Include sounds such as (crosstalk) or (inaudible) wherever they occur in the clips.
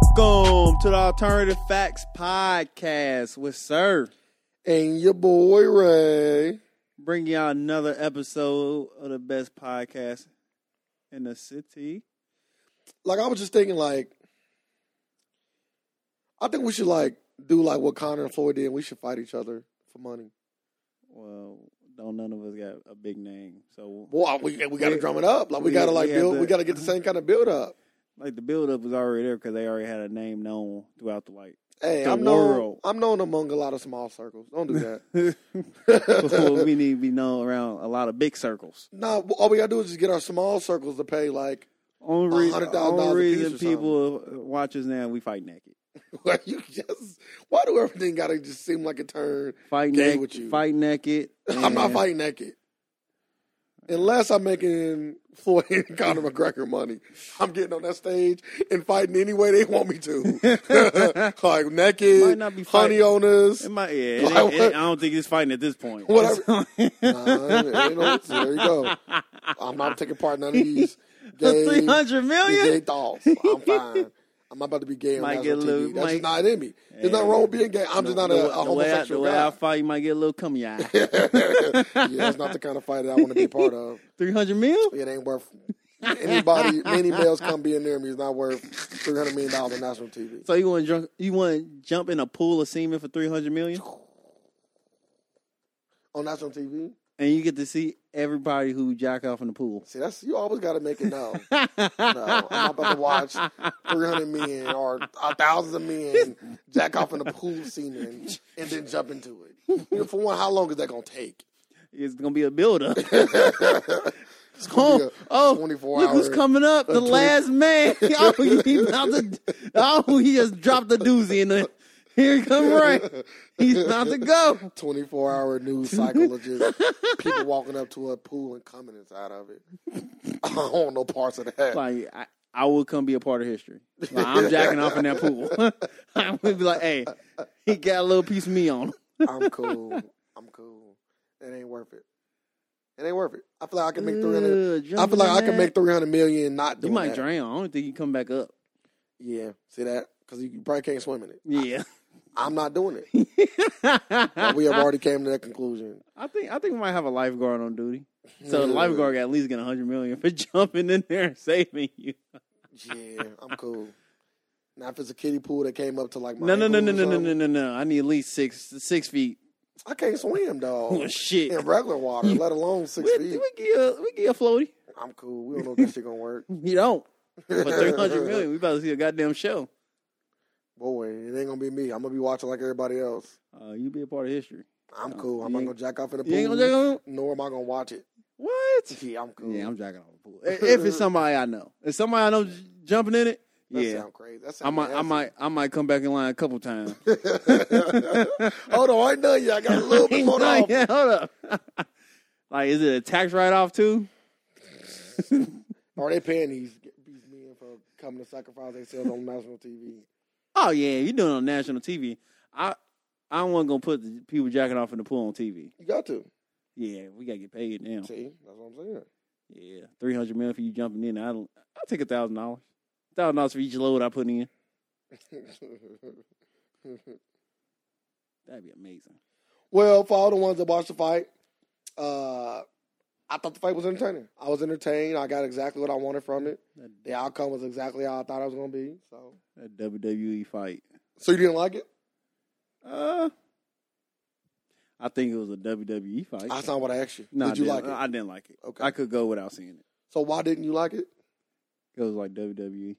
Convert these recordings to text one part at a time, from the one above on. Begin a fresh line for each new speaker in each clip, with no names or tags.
to the Alternative Facts Podcast with Sir.
and your boy Ray.
Bring y'all another episode of the best podcast in the city.
Like I was just thinking, like I think we should like do like what Connor and Floyd did. and We should fight each other for money.
Well, don't none of us got a big name, so
Boy, we we got to
Yeah.
drum it up. Like we,
We-
got to like
we had
build.
to-
We got to get the same kind of build up.
like the build up was already there because they already had a name known throughout the (laughs) like.
Hey,
The
I'm known.
world.
I'm known among a lot of small circles. Don't do that.
(laughs) we need to be known around a lot of big circles.
(laughs) nah, all we gotta do is just get our small circles to pay. Like (laughs)
Only reason,
$100,000
only
a piece
reason
or
people watch us now, we fight naked.
you just why do everything gotta just seem like a turn?
Fight
Gay
naked.
with you.
Fight naked.
(laughs) I'm not
and-
fighting naked. Unless I'm making Floyd (laughs) and Conor McGregor money, I'm getting on that stage and fighting any way they want
(laughs)
me to, (laughs) like
Might
naked,
not be
honey
fighting.
owners.
It might, yeah, it
Why
ain't- it
would-
ain't- I don't think he's fighting at this point. (laughs)
Whatever.
So-
Nah, ain't- ain't no- there you go. I'm not taking part in none of
(laughs)
these
Three
gay,
hundred
gay
million.
thoughts. I'm fine. I'm not about to be gay on
Might
national
get a little-
TV. That's just
might-
not in me. There's nothing wrong with being gay. I'm just not a,
the,
a
the way I, the
homosexual
way I
guy.
fight, you might get a little cum in your eye.
(laughs) yeah, that's not the kind of fight that I want to be part of.
(laughs) Three hundred mil.
It ain't worth anybody. Many males come being near me is not worth three hundred million dollars on national TV.
So you want to jump? You want to jump in a pool of semen for three hundred million,
On national TV,
and you get to see everybody who jack off in the pool.
see that's you always got to make it no. no, I'm not about to watch three hundred men or a thousands of men jack off in the pool semen and then jump into it. You know, for one, how long is that gonna take?
It's gonna be a build up.
(laughs) It's gonna be a
oh,
24
look who's
hour-
coming up. The
20
last
(laughs)
man. (laughs) oh, he about to, oh, he just dropped the doozy in the. Here he come Ray. He's about to go.
24 hour news cycle of just people walking up to a pool and coming inside of it. (laughs) I don't want no parts of that.
Like I, I would come be a part of history. Like, I'm jacking off in that pool. (laughs) I would be like, hey, he got a little piece of me on. him.
I'm cool. I'm cool. It ain't worth it. It ain't worth it. I feel like I can make three hundred.
Ugh,
I
jumping
feel like
in
I can
Uh, that.
make three hundred million and not
You
doing
might
that.
drown. I don't think you come back up.
Yeah, see that because you probably can't swim in it.
Yeah.
I'm not doing
(laughs)
it. But we have already came to that conclusion.
I think I think we might have a lifeguard on duty. So the
Yeah.
lifeguard got at least get a hundred million for (laughs) jumping in there and saving you.
Yeah, I'm cool. Now if it's a kiddie pool that came up to like my
No, no, no, no,
ankles
no,
or
no, no,
something,
no, no. I need at least six six feet. (laughs)
I can't swim,
Oh (laughs)
dog.
shit.
in regular water, let alone six
We,
feet.
we get a, we get a floaty.
I'm cool. We don't know if this shit
(laughs)
gonna work.
You don't.
(laughs)
But three hundred million, we about to see a goddamn show.
Boy, it ain't gonna be me. I'm gonna be watching like everybody else.
Uh, you be a part of history.
I'm
No,
cool. I'm
you
not gonna
ain't-
jack off in the pool.
You ain't gonna check on
nor am I gonna watch it. (laughs)
what?
Yeah, I'm cool.
Yeah, I'm jacking off the pool. I- If it's somebody I know, if somebody I know j- jumping in it,
That
yeah,
sound crazy. That
I
sound
might, I might, I might come back in line a couple
(laughs)
times. (laughs)
nasty. (laughs) Hold on, I ain't done yet. I got a
(laughs)
little bit more off.
yeah, hold up. (laughs) like, is it a tax write off too?
Are they paying these these men for coming to sacrifice themselves on national TV?
Oh yeah, you doing it on national TV. I, I wasn't gonna put the people jacking off in the pool on TV.
You got to.
Yeah, we gotta get paid now.
See, that's what I'm saying.
Yeah, three hundred million for you jumping in. I, don't- I'll take a thousand dollars. Thousand dollars for each load I put in. That'd be amazing.
(laughs) well, for all the ones that watched the fight, uh, I thought the fight was entertaining. I was entertained. I got exactly what I wanted from it.
That,
The outcome was exactly how I thought it was going to be. So,
that WWE fight.
so you didn't like it?
Uh, I think it was a WWE fight.
That's not what I asked you.
no, I
Did you
didn't-
like it?
I didn't like it.
Okay.
I could go without seeing it.
so why didn't you like it?
It was like E. WWE.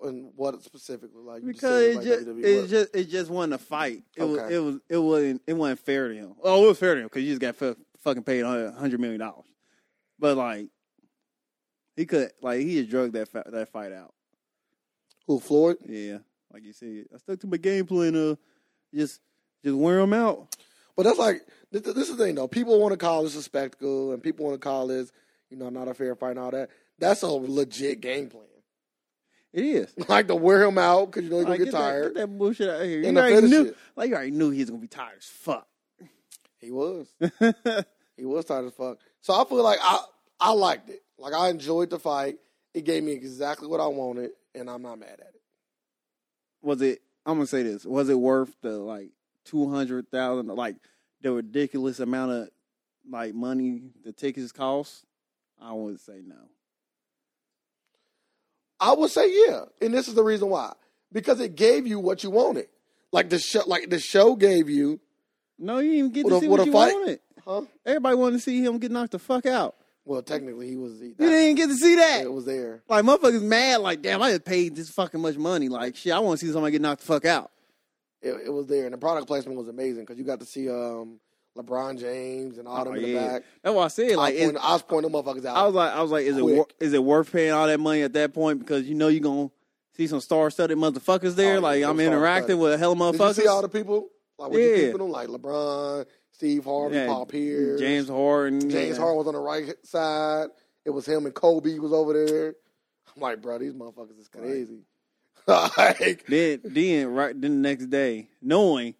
And what specifically? Like you
Because it
just,
just,
said you like E, WWE
it
work.
just it just wasn't a fight. It was
Okay.
it was it wasn't it wasn't fair to him. Oh, it was fair to him because you just got fu- fucking paid a hundred million dollars. But like he could like he just drug that fa- that fight out.
who Floyd?
Yeah, like you said, I stuck to my game plan of just just wear him out.
But that's like this, this is the thing though. People want to call this a spectacle, and people want to call this, you know, not a fair fight and all that. That's a legit game plan. (laughs)
It is.
Like to wear him out because you know he's
Like,
gonna
get
get
that-
tired.
Get that bullshit out of here. You
And the
already
finish
knew,
it.
like you already knew he was gonna be tired as fuck. (laughs)
He was.
yeah,
He was tired as fuck. So I feel like I I liked it. Like I enjoyed the fight. It gave me exactly what I wanted, and I'm not mad at it.
was it? I'm gonna say this. Was it worth the like two hundred thousand, like the ridiculous amount of like money the tickets cost? I would say no.
I would say yeah, and this is the reason why because it gave you what you wanted. Like the show, like the show gave you,
No, you didn't even get
With
to
a-
see
with
what
a
you
fight?
wanted.
huh?
Everybody wanted to see him get knocked the fuck out.
Well, technically, he was. He,
You didn't get to see that.
it was there.
Like motherfuckers mad. Like damn, I just paid this fucking much money. Like shit, I want to see somebody get knocked the fuck out.
It, it was there, and the product placement was amazing because you got to see um LeBron James and all them
Oh,
in the
yeah.
back.
That's why I said
Like
like
I
it's,
was, I was pointing them motherfuckers out.
I was like, I was like, is it
Quick.
wor- is it worth paying all that money at that point because you know you're gonna see some star-studded motherfuckers there.
Oh, yeah,
like
some
I'm interacting
star-studded.
with a hell of
Did you
motherfuckers.
see all the people? Like what you
Yeah.
keeping them? Like LeBron, Steve Harvey,
Yeah,
Paul Pierce,
James Harden,
James
yeah.
Harden was on the right side. It was him and Kobe was over there. I'm like, bro, these motherfuckers is crazy. (laughs) like,
Then, then right then the next day, knowing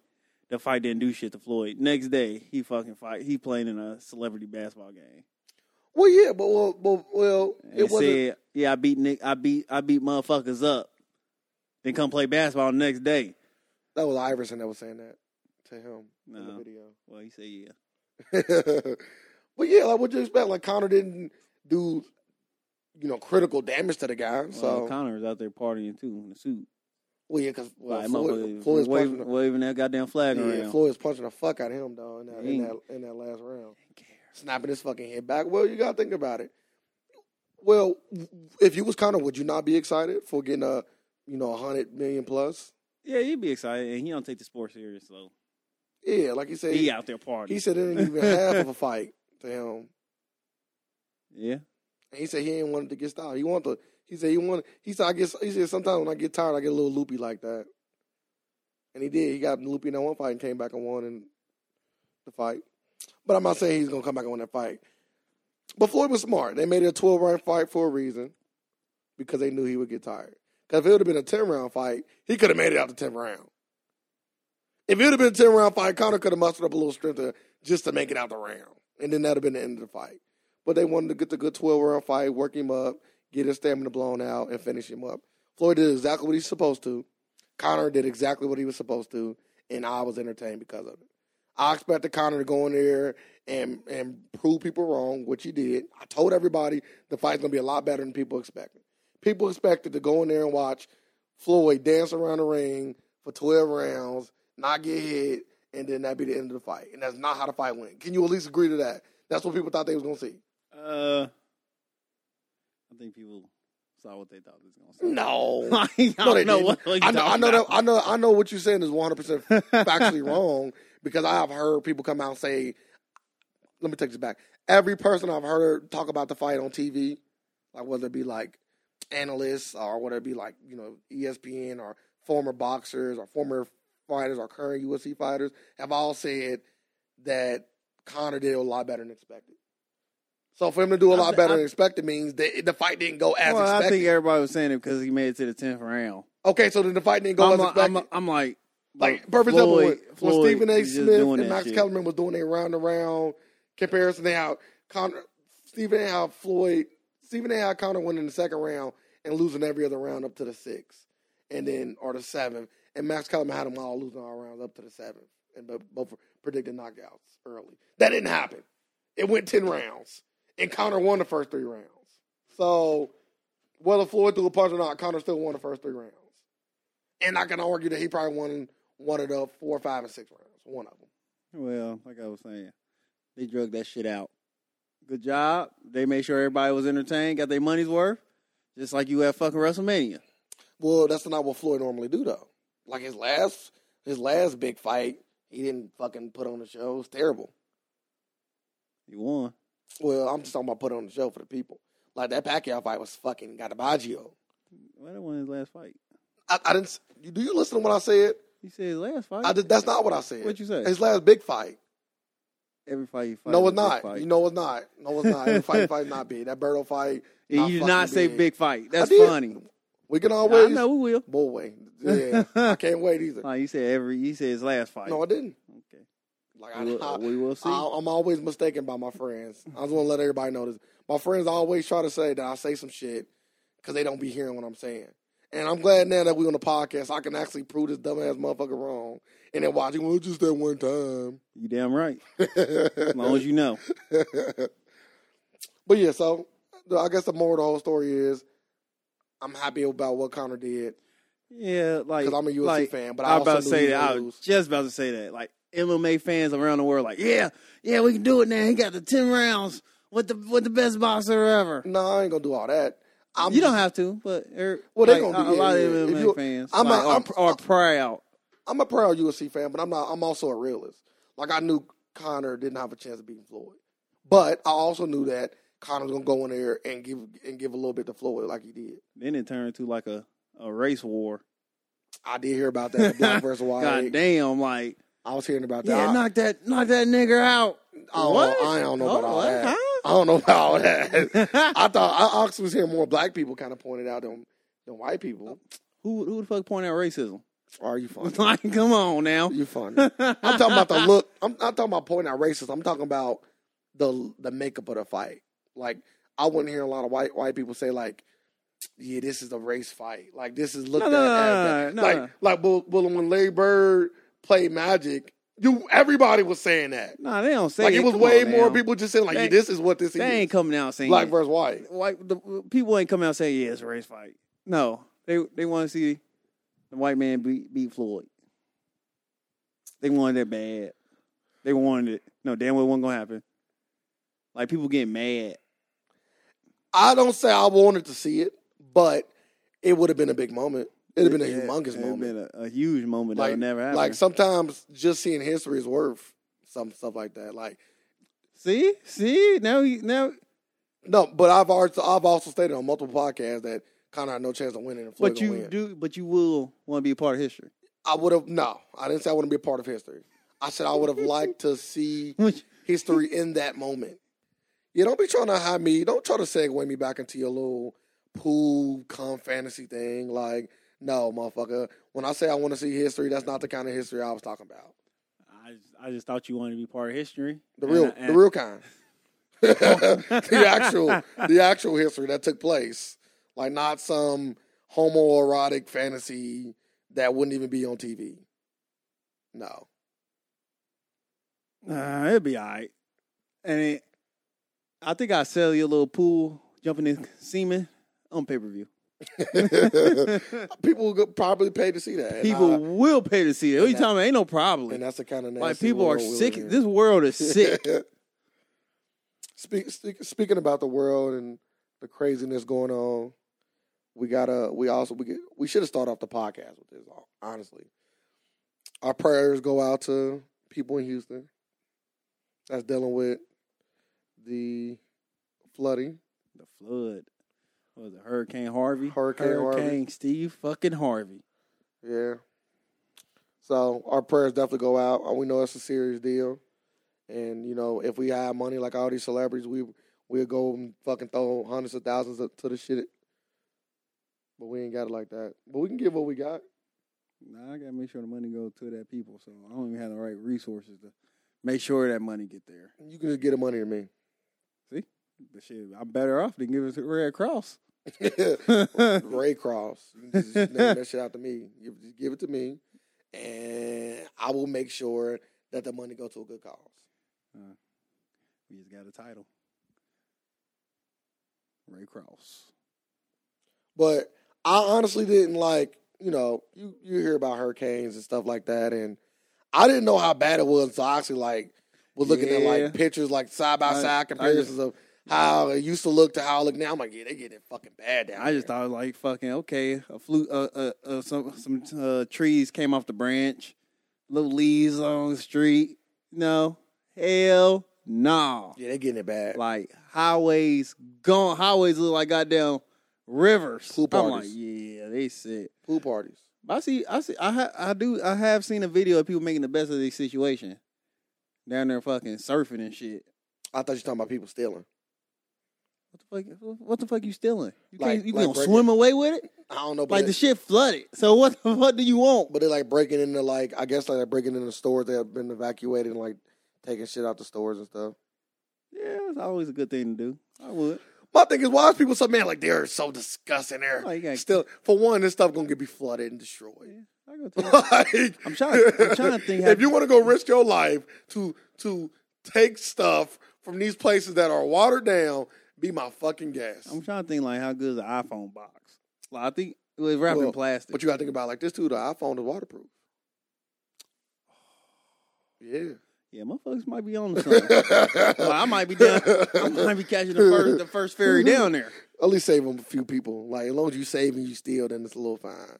the fight didn't do shit to Floyd. Next day, he fucking fight. He playing in a celebrity basketball game.
well, yeah, but well, but, well
And
it wasn't.
said, "Yeah, I beat Nick. I beat I beat motherfuckers up. Then come play basketball the next day."
That was Iverson that was saying that to him in the
No.
video.
Well, he said, "Yeah."
(laughs) but yeah, like what you expect? Like Connor didn't do, you know, critical damage to the guy.
So
So
well, Connor was out there partying too in the suit.
well, yeah, because well,
like,
Floyd,
motherfucker
Floyd's
waving,
punching,
waving that goddamn flag
the, yeah,
around.
Floyd's punching the fuck out of him though in that, in
He
that
ain't-
in that last round,
care.
snapping his fucking head back. Well, you gotta think about it. Well, if you was Connor, would you not be excited for getting a, you know, a hundred million plus?
Yeah, he'd be excited, and he don't take the sport serious, so
Yeah, like he said,
he
he,
out there partying.
said it ain't even half of a fight to him.
yeah,
And he said he didn't want it to get stopped. He wanted to. He said he wanted. He said I guess. He said sometimes when I get tired, I get a little loopy like that. And he did. He got loopy in that one fight and came back and won in the fight. But I'm not saying he's gonna come back and win that fight. But Floyd was smart. They made it a 12 round fight for a reason because they knew he would get tired. Because if it would have been a 10 round fight, he could have made it out the 10th round. If it would have been a 10 round fight, Connor could have mustered up a little strength to, just to make it out the round. And then that would have been the end of the fight. But they wanted to get the good 12 round fight, work him up, get his stamina blown out, and finish him up. Floyd did exactly what he's supposed to. Connor did exactly what he was supposed to, and I was entertained because of it. I expected Connor to go in there and and prove people wrong, which he did. I told everybody the fight's gonna be a lot better than people expected. People expected to go in there and watch Floyd dance around the ring for twelve rounds, not get hit, and then that be the end of the fight. And that's not how the fight went. Can you at least agree to that? That's what people thought they was gonna see.
uh, I think people saw what they thought it was gonna say.
No.
(laughs) I don't
No, they
know
didn't.
what
I know, I know that I know I know what you're saying is 100 percent factually wrong because I have heard people come out and say, let me take this back. Every person I've heard talk about the fight on TV, like whether it be like analysts or whether it be like, you know, E ESPN or former boxers or former fighters or current UFC fighters, have all said that Connor did a lot better than expected. So for him to do a lot
I-
better
I-
than expected means that the fight didn't go
(laughs)
as
Well,
expected.
I think everybody was saying it because he made it to the tenth round.
okay, so then the fight didn't go
I'm,
as
like-
expected.
I'm, I'm like,
Like
bro,
perfect example when, when
Floyd
Stephen A.
is just
Smith
doing
and
that
Max
shit.
Kellerman was doing a round and round comparison. They how Connor, Stephen A. How Floyd, Stephen A. How Connor winning the second round and losing every other round up to the sixth, and then or the seventh, and Max Kellerman had them all losing all rounds up to the seventh, and bo- both predicted knockouts early. That didn't happen. It went ten rounds, and Connor won the first three rounds. So whether Floyd threw a punch or not, Connor still won the first three rounds. And I can argue that he probably won one of the four, five, and six rounds. One of them.
Well, like I was saying, they drug that shit out. Good job. They made sure everybody was entertained, got their money's worth, just like you at fucking WrestleMania.
Well, that's not what Floyd normally do though. Like his last, his last big fight, he didn't fucking put on the show. It was terrible.
You won.
Well, I'm just talking about put on the show for the people. Like that Pacquiao fight was fucking Gadabaggio.
Well, that won his last fight.
I, I didn't. s- you- Do you listen to what I said?
You said his last fight.
I did, that's not what I said.
What'd you say?
His last big fight.
Every fight you fight.
no,
is
it's
a big
not.
fight.
You know, it's not. No, it's not. Every fight, fight not big. That Birdo fight.
Yeah, you did not
fucking
say big fight. That's
I did.
funny.
We can
I
always.
know we will.
Boy, yeah, I can't
(laughs)
wait either.
No, you said every. You said his last fight.
No, I didn't.
okay.
Like I,
We will,
I,
we will see.
I, am always mistaken by my friends. I just want to let everybody know this. My friends always try to say that I say some shit because they don't be hearing what I'm saying. And I'm glad now that we on the podcast, I can actually prove this dumbass motherfucker wrong. And then watch it well, just that
(laughs)
one time.
You damn right. As long as you know.
(laughs) but yeah, so I guess the moral of the whole story is I'm happy about what Connor did
Yeah, like
because I'm a UFC
like,
fan. But I,
I was
also
about to
knew
say
he
that. I
would
was
lose.
just about to say that. Like MMA fans around the world, like, yeah, yeah, we can do it now. He got the ten rounds with the with the best boxer ever.
No, I ain't gonna do all that. I'm
you don't have to, but er,
Well, they
like,
gonna
a,
be-
a lot
yeah,
of
yeah. If
MMA
you-
fans
I'm
like,
a-
are,
I'm-
are proud.
I'm a proud USC fan, but I'm not. I'm also a realist. Like I knew Connor didn't have a chance of beating Floyd, but I also knew that Connor was gonna go in there and give and give a little bit to Floyd, like he did.
Then it turned into like a, a race war.
I did hear about
(laughs)
that Black versus
God
White.
damn, like
I was hearing about that.
yeah,
I,
knock that knock that nigga out.
I don't,
what?
I don't know
Oh,
about all
what?
that.
Huh?
I don't know (laughs) about all that. I thought I, I actually was hearing more black people kind of pointed out than than white people.
(laughs) who who the fuck pointed out racism? (laughs)
Are you funny?
like, come on now.
You funny. I'm talking about the look. I'm not talking about pointing out racism. I'm talking about the the makeup of the fight. Like I wouldn't hear a lot of white white people say like, "Yeah, this is a race fight. Like this is looked
(laughs) No, no,
at as
no, no,
that."
no.
Like like well, well, when Larry Bird played Magic, you everybody was saying that.
Nah, they don't say
Like it was
Come
way
on
more
now.
people just saying like,
They-
yeah, "This is what this
They
is."
ain't coming out saying
Black
it.
versus white.
White- the people ain't coming out saying yeah, it's a race fight. No, they they want to see the white man beat beat Floyd. They wanted it bad. They wanted it. No, damn well it wasn't gonna happen. Like people getting mad.
I don't say I wanted to see it, but it would have been a big moment. It'd have been a humongous
It'd
moment.
been a, a huge moment that
Like-
would never happen.
Like sometimes just seeing history is worth some stuff like that. Like
see, see, now he now.
no, but I've also I've also stated on multiple podcasts that Connor had no chance of winning. And Floyd
But
gonna
you
win.
do, but you will want to be a part of history. (laughs)
I would have no. I didn't say I wouldn't be a part of history. I said I would have liked to see
Which-
history in that moment. Yeah, don't be trying to hide me. Don't try to segue me back into your little pool cum fantasy thing. Like no, motherfucker. When I say I want to see history, that's not the kind of history I was talking about.
I just, I just thought you wanted to be part of history.
The
And
real,
I-
the
and- uh,
real kind. (laughs) the actual, the actual history that took place, like not some homoerotic fantasy that wouldn't even be on TV. No, (laughs)
Nah, Uh, it'll be all right. And it, I think I sell you a little pool jumping in semen on pay per
(laughs)
view.
people would probably pay to see that.
(laughs)
and
people
I-
will pay to see it. What
and
you
that-
talking about? Ain't no
and,
problem.
that's the kind of nasty
Like people are
world we
sick.
live in.
This world is
(laughs)
sick.
Speak, speak, speaking about the world and the craziness going on, we gotta. We also we get, we should have started off the podcast with this. Honestly, our prayers go out to people in Houston that's dealing with the flooding.
the flood. What was it Hurricane Harvey?
Hurricane
Hurricane Steve fucking Harvey.
Yeah. So our prayers definitely go out. Uh, We know it's a serious deal, and you know if we had money like all these celebrities, we we'll go and fucking throw hundreds of thousands up to the shit. But we ain't got it like that. But we can give what we got.
Nah, I gotta make sure the money goes to that people. So I don't even have the right resources to make sure that money get there.
You can just get the money to me. (laughs)
But shit, I'm better off than giving it to Red Cross. (laughs)
Ray Cross. You can just name that shit out to me. You just give it to me, and I will make sure that the money goes to a good cause.
We just got a title. Ray Cross.
But I honestly didn't like, you know, you, you hear about hurricanes and stuff like that, and I didn't know how bad it was. So I actually like was looking at
Yeah.
like pictures, like side by
I- I
side comparisons of how it used to look to how it look now. I'm like, yeah, they getting it fucking bad down.
I just
there.
thought like fucking okay, a flu uh, uh, uh some some uh, trees came off the branch, little leaves on the street. No, hell no.
yeah, they getting it bad.
Like highways gone. Highways look like goddamn rivers.
Pool
I'm like,
parties.
yeah, they sick.
Pool parties.
But I see, I see, I ha- I do, I have seen a video of people making the best of their situation down there, fucking surfing and shit.
I thought you were talking about people stealing.
What the fuck? What the fuck you stealing? You
Like-
can't, you
like
gonna
breaking-
swim away with it?
I don't know, but
Like
they-
the shit flooded. So what the fuck do you want?
but they like breaking into like I guess like they're breaking into stores that have been evacuated and like taking shit out the stores and stuff.
Yeah, it's always a good thing to do. I would.
My thing is, why is people so mad? Like they're so disgusting. They're
Oh, you gotta-
still for one, this stuff gonna get be flooded
(laughs)
and destroyed.
I go to-
(laughs) Like,
I'm trying. I'm trying to think. How,
if you want to go risk your life to to take stuff from these places that are watered down, be my fucking guest.
I'm trying to think like how good is the iPhone box? Like I think it was wrapped in
Well,
plastic.
But you got to think about it like this too. The iPhone is waterproof. Yeah,
yeah, motherfuckers might be on the
(laughs)
something. Well, I might be down. I might be catching the first the first ferry down there.
At least save them a few people. Like as long as you save and you steal, then it's a little fine.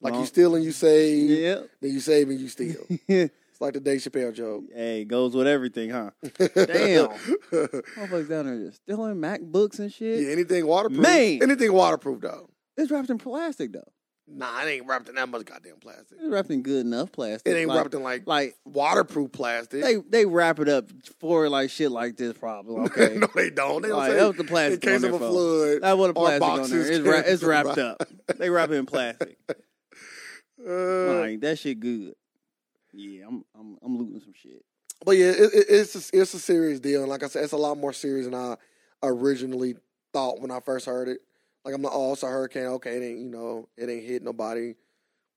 Like
No.
you steal and you save,
Yep.
then you save and you steal. it's like the Dave Chappelle joke.
(laughs) hey, goes with everything, huh? Damn. Motherfuckers down there just stealing MacBooks and shit.
(laughs) yeah, anything waterproof.
Man.
anything waterproof though.
It's wrapped in plastic though.
Nah, it ain't wrapped in that much goddamn plastic.
It's wrapped in good enough plastic.
It ain't
like,
wrapped in like
like
waterproof plastic.
they they wrap it up for like shit like this problem. Okay,
(laughs) no, they don't. They don't
Like,
say
that was the plastic
in case
on
of
their
a
phone.
flood.
that was a
Or
plastic on there.
boxes
It's,
(laughs)
wra- it's
can-
wrapped up. They wrap it in plastic.
(laughs) Uh,
Like that shit good. Yeah, I'm I'm I'm looting some shit.
But yeah, it, it, it's a, it's a serious deal, and like I said, it's a lot more serious than I originally thought when I first heard it. Like I'm like, oh, it's a hurricane. Okay, it ain't you know, it ain't hit nobody.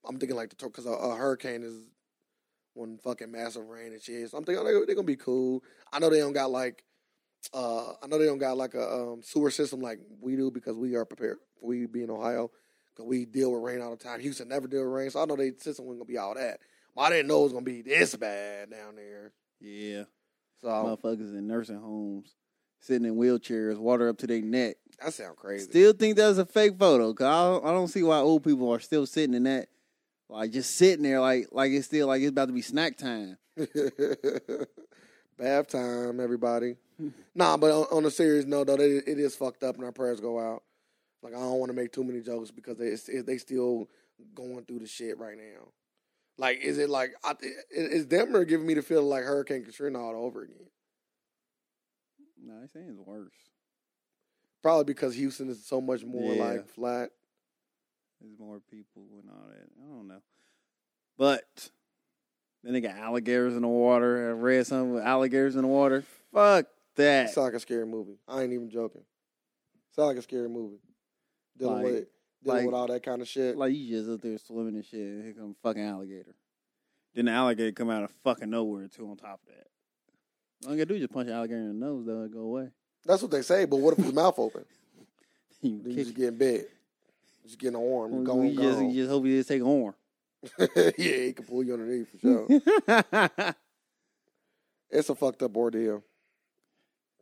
I'm thinking like the because a, a hurricane is one fucking massive rain and shit. So I'm thinking oh, they, are gonna be cool. I know they don't got like, uh, I know they don't got like a um, sewer system like we do because we are prepared. We be in Ohio because we deal with rain all the time. Houston never deal with rain, so I know their system wasn't gonna be all that. But I didn't know it was gonna be this bad down there.
Yeah,
So
motherfuckers in nursing homes sitting in wheelchairs, water up to their neck.
that sounds crazy.
Still think that was a fake photo. Cause I don't, I don't see why old people are still sitting in that, like just sitting there, like like it's still like it's about to be snack time. (laughs)
Bath time, everybody.
Hmm.
nah, but on, on a serious note, though, it, it is fucked up, and our prayers go out. Like I don't want to make too many jokes because they it's, it, they still going through the shit right now. Like, is it like I, it, it's Denver giving me the feeling like Hurricane Katrina all over again?
No, they saying it's worse.
Probably because Houston is so much more
Yeah.
like flat.
There's more people and all that. I don't know, but then they got alligators in the water. I read something with alligators in the water. Fuck that.
It's like a scary movie. I ain't even joking. It's like a scary movie. Dealing
Like-
with dealing
like-
with all that kind of shit.
Like you just up there swimming and shit, and here come fucking alligator. Then the alligator come out of fucking nowhere too. On top of that, all you gotta do is just punch an alligator in the nose, though, and go away. (laughs)
That's what they say. But what if his mouth open?
you
Then you
kick
just get in bed. Just get an arm.
it.
and Go on,
you
go
just,
on.
you just hope you just take an arm.
(laughs) yeah, he can pull you
(laughs)
underneath for sure. it's a fucked up ordeal.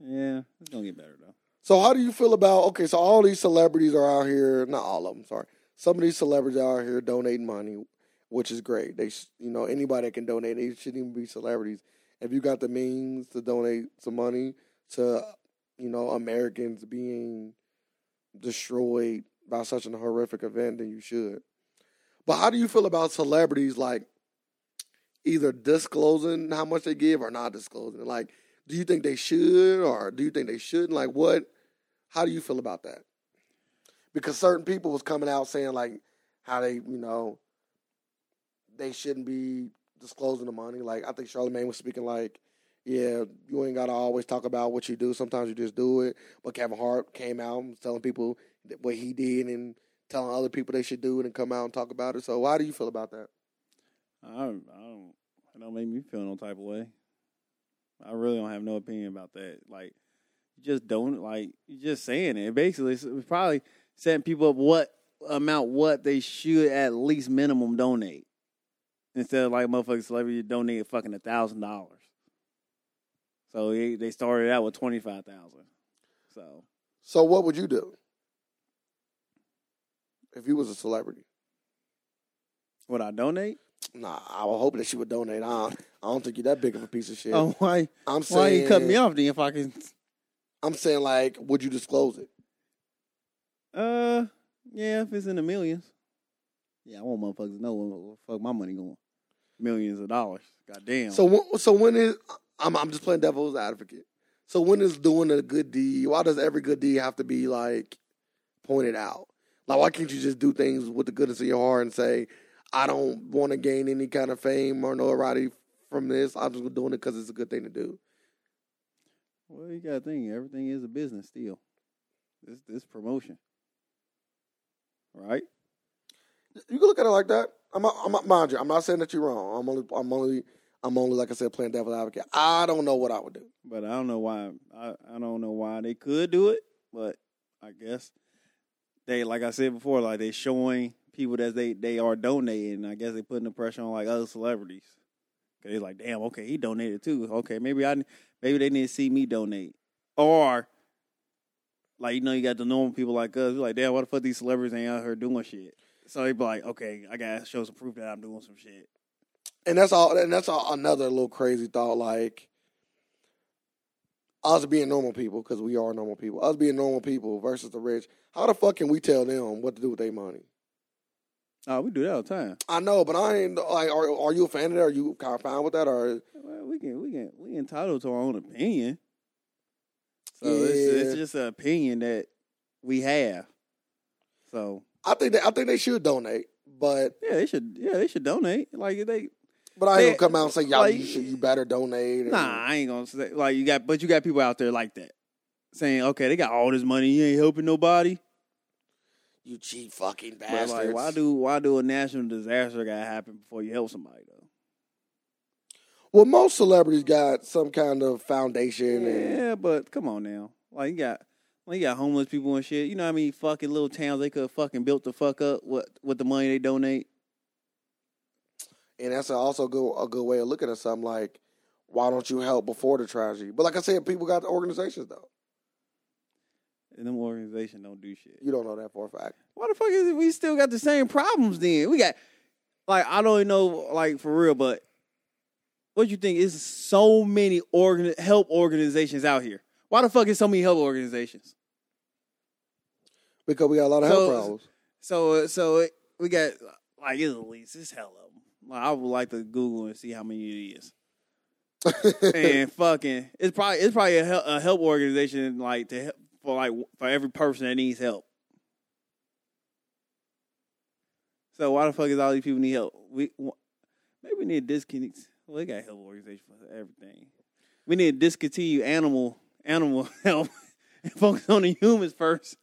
yeah, it's gonna get better though.
So how do you feel about okay, so all these celebrities are out here not all of them, sorry. Some of these celebrities are out here donating money, which is great. They sh- you know, anybody that can donate, they shouldn't even be celebrities. If you got the means to donate some money to you know, Americans being destroyed by such an horrific event, then you should. But how do you feel about celebrities like either disclosing how much they give or not disclosing? Like, do you think they should or do you think they shouldn't? Like, what? How do you feel about that? Because certain people was coming out saying like how they, you know, they shouldn't be disclosing the money. Like, I think Charlemagne was speaking like. Yeah, you ain't gotta always talk about what you do. Sometimes you just do it. But Kevin Hart came out and was telling people that what he did and telling other people they should do it and come out and talk about it. So how do you feel about that?
I don't, I don't, it don't make me feel no type of way. I really don't have no opinion about that. Like, you just don't like you just saying it. Basically, it's it's probably setting people up what amount what they should at least minimum donate instead of like motherfucking celebrity donate fucking a thousand dollars. So they, they started out with twenty five thousand. So
So what would you do if you was a celebrity?
would I donate?
Nah, I would hope that she would donate. I don't, I don't think you're that big of a piece of shit.
Oh why why
I'm saying
you cut me off then if I can
I'm saying like, would you disclose it?
Uh, yeah, if it's in the millions. Yeah, I want motherfuckers to know where the fuck my money going. Millions of dollars. God damn.
So when, so when is I'm I'm just playing devil's advocate. So when is doing a good deed? Why does every good deed have to be like pointed out? Like why can't you just do things with the goodness of your heart and say, I don't want to gain any kind of fame or notoriety from this. I'm just doing it because it's a good thing to do.
well, you got to think everything is a business still. This this promotion, right?
You can look at it like that. I'm, not- I'm not- mind you, I'm not saying that you're wrong. I'm only, I'm only, I'm only, like I said, playing devil advocate. I don't know what I would do.
But I don't know why. I, I don't know why they could do it, but I guess they, like I said before, like they showing people that they they are donating. I guess they putting the pressure on like other celebrities. Cause they like, damn, okay, he donated too. Okay, maybe I maybe they need to see me donate, or like you know you got the normal people like us. who like, damn, why the fuck these celebrities ain't out here doing shit? So they be like, okay, I gotta show some proof that I'm doing some shit.
And that's all. And that's all, another little crazy thought. Like us being normal people, because we are normal people. Us being normal people versus the rich. How the fuck can we tell them what to do with their money?
Oh, we do that all the time.
I know, but I ain't like. Are, are you a fan of that? Are you kind of fine with that? Or
Well, we can we can we entitled to our own opinion. So it's, it's
Yeah.
just an opinion that we have. So
I think they, I think they should donate, but
yeah, they should yeah they should donate. Like if they
but I ain't
They-
gonna come out and say y'all
like-
you should you better donate. or-
nah, I ain't gonna say like you got but you got people out there like that saying okay they got all this money you ain't helping nobody.
you cheap fucking
But
bastards.
like why do why do a national disaster gotta happen before you help somebody though?
Well, most celebrities got some kind of foundation, and
Yeah, but come on now. Like you got like you got homeless people and shit. You know how many fucking little towns they could fucking built the fuck up with with the money they donate?
and that's also go a good way of looking at something. Like, why don't you help before the tragedy? But like I said, people got the organizations though.
And them organization don't do shit.
You don't know that for a fact.
Why the fuck is it we still got the same problems then? We got like I don't even know like for real, but what you think is so many organ help organizations out here? Why the fuck is so many help organizations?
Because we got a lot of
So-
health problems.
So so it, we got like it's at least it's hell of them. Like, I would like to Google and see how many it is. (laughs) and fucking it's probably it's probably a help, a help organization like to help for like for every person that needs help. So why the fuck is all these people need help? We wh- maybe we need to disconnect. Well, they got help organization for everything. We need to discontinue animal animal (laughs) help and focus on the humans first.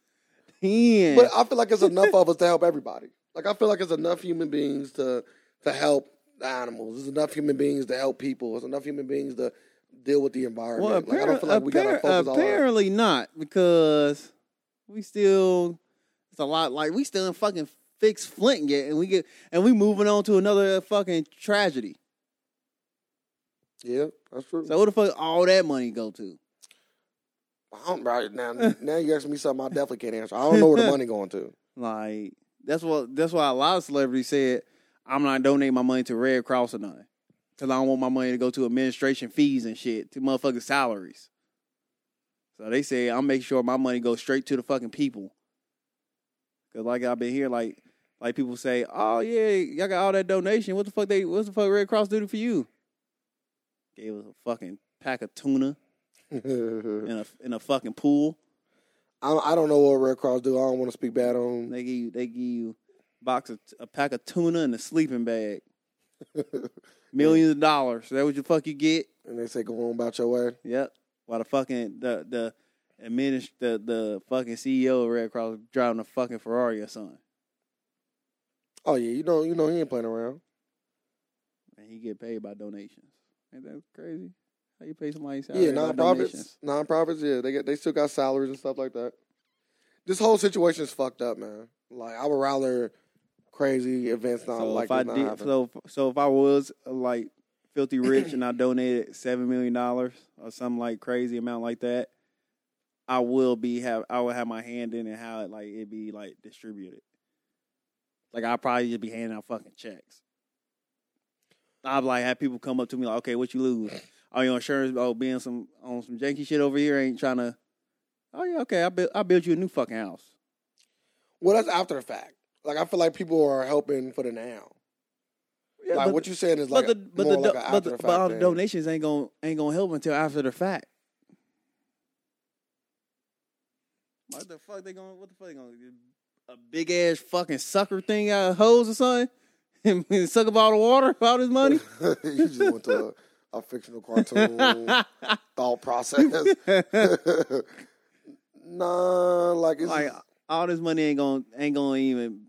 Then
(laughs) But I feel like it's enough of us to help everybody. Like I feel like it's enough human beings to to help the animals. There's enough human beings to help people. There's enough human beings to deal with the environment.
well,
like I don't feel like we gotta
appar-
focus on that.
apparently not because we still it's a lot like we still in fucking fix Flint yet, and we get and we moving on to another fucking tragedy.
Yeah, that's true.
So where the fuck all that money go to?
I don't, right now, now you asking me something I definitely can't answer. I don't know
(laughs)
where the money going to.
Like that's what that's why a lot of celebrities said I'm not donating my money to Red Cross or nothing because I don't want my money to go to administration fees and shit to motherfucking salaries. So they say I'm making sure my money goes straight to the fucking people. Cause like I've been here, like like people say, oh yeah, y'all got all that donation. What the fuck they? What the fuck Red Cross do for you? Gave us a fucking pack of tuna
(laughs)
in a in a fucking pool.
I, don't- I don't know what Red Cross do. I don't want to speak bad on.
They give you they give you a box of a pack of tuna and a sleeping bag.
(laughs)
Millions of dollars. That what the fuck you get?
And they say go on about your way.
Yep. While the fucking the the administ- the the fucking CEO of Red Cross driving a fucking Ferrari or something.
Oh yeah, you know, you know, he ain't playing around.
And he get paid by donations. Ain't that crazy? How you pay somebody salary?
Yeah,
by
non-profits,
donations?
non-profits. Yeah, they get they still got salaries and stuff like that. This whole situation is fucked up, man. Like I would rather crazy events not
So
like
if I
this not
did,
happen.
so so if I was uh, like filthy rich and I donated seven million dollars or some like crazy amount like that, I will be have I will have my hand in it how it like it be like distributed. Like I probably just be handing out fucking checks. I've like have people come up to me like, okay, what you lose? Oh, your insurance? Oh, being some on some janky shit over here ain't trying to. Oh yeah, okay, I built I built you a new fucking house.
well, that's after the fact. Like I feel like people are helping for the now.
Yeah,
like
but-
what you saying is
but
like
the
more
but the,
like
do-
an
but,
after
the,
the
but um, all
fact.
the
thing.
donations ain't gonna ain't gonna help until after the fact. What the fuck they gonna? What the fuck they gonna? do? A big ass fucking sucker thing out of hose or something, (laughs) and, and suck up all the water, all this
(laughs)
money.
you just went to
(laughs)
a, a fictional cartoon thought process. (laughs) Nah, like it's
Like all this money ain't gonna ain't gonna even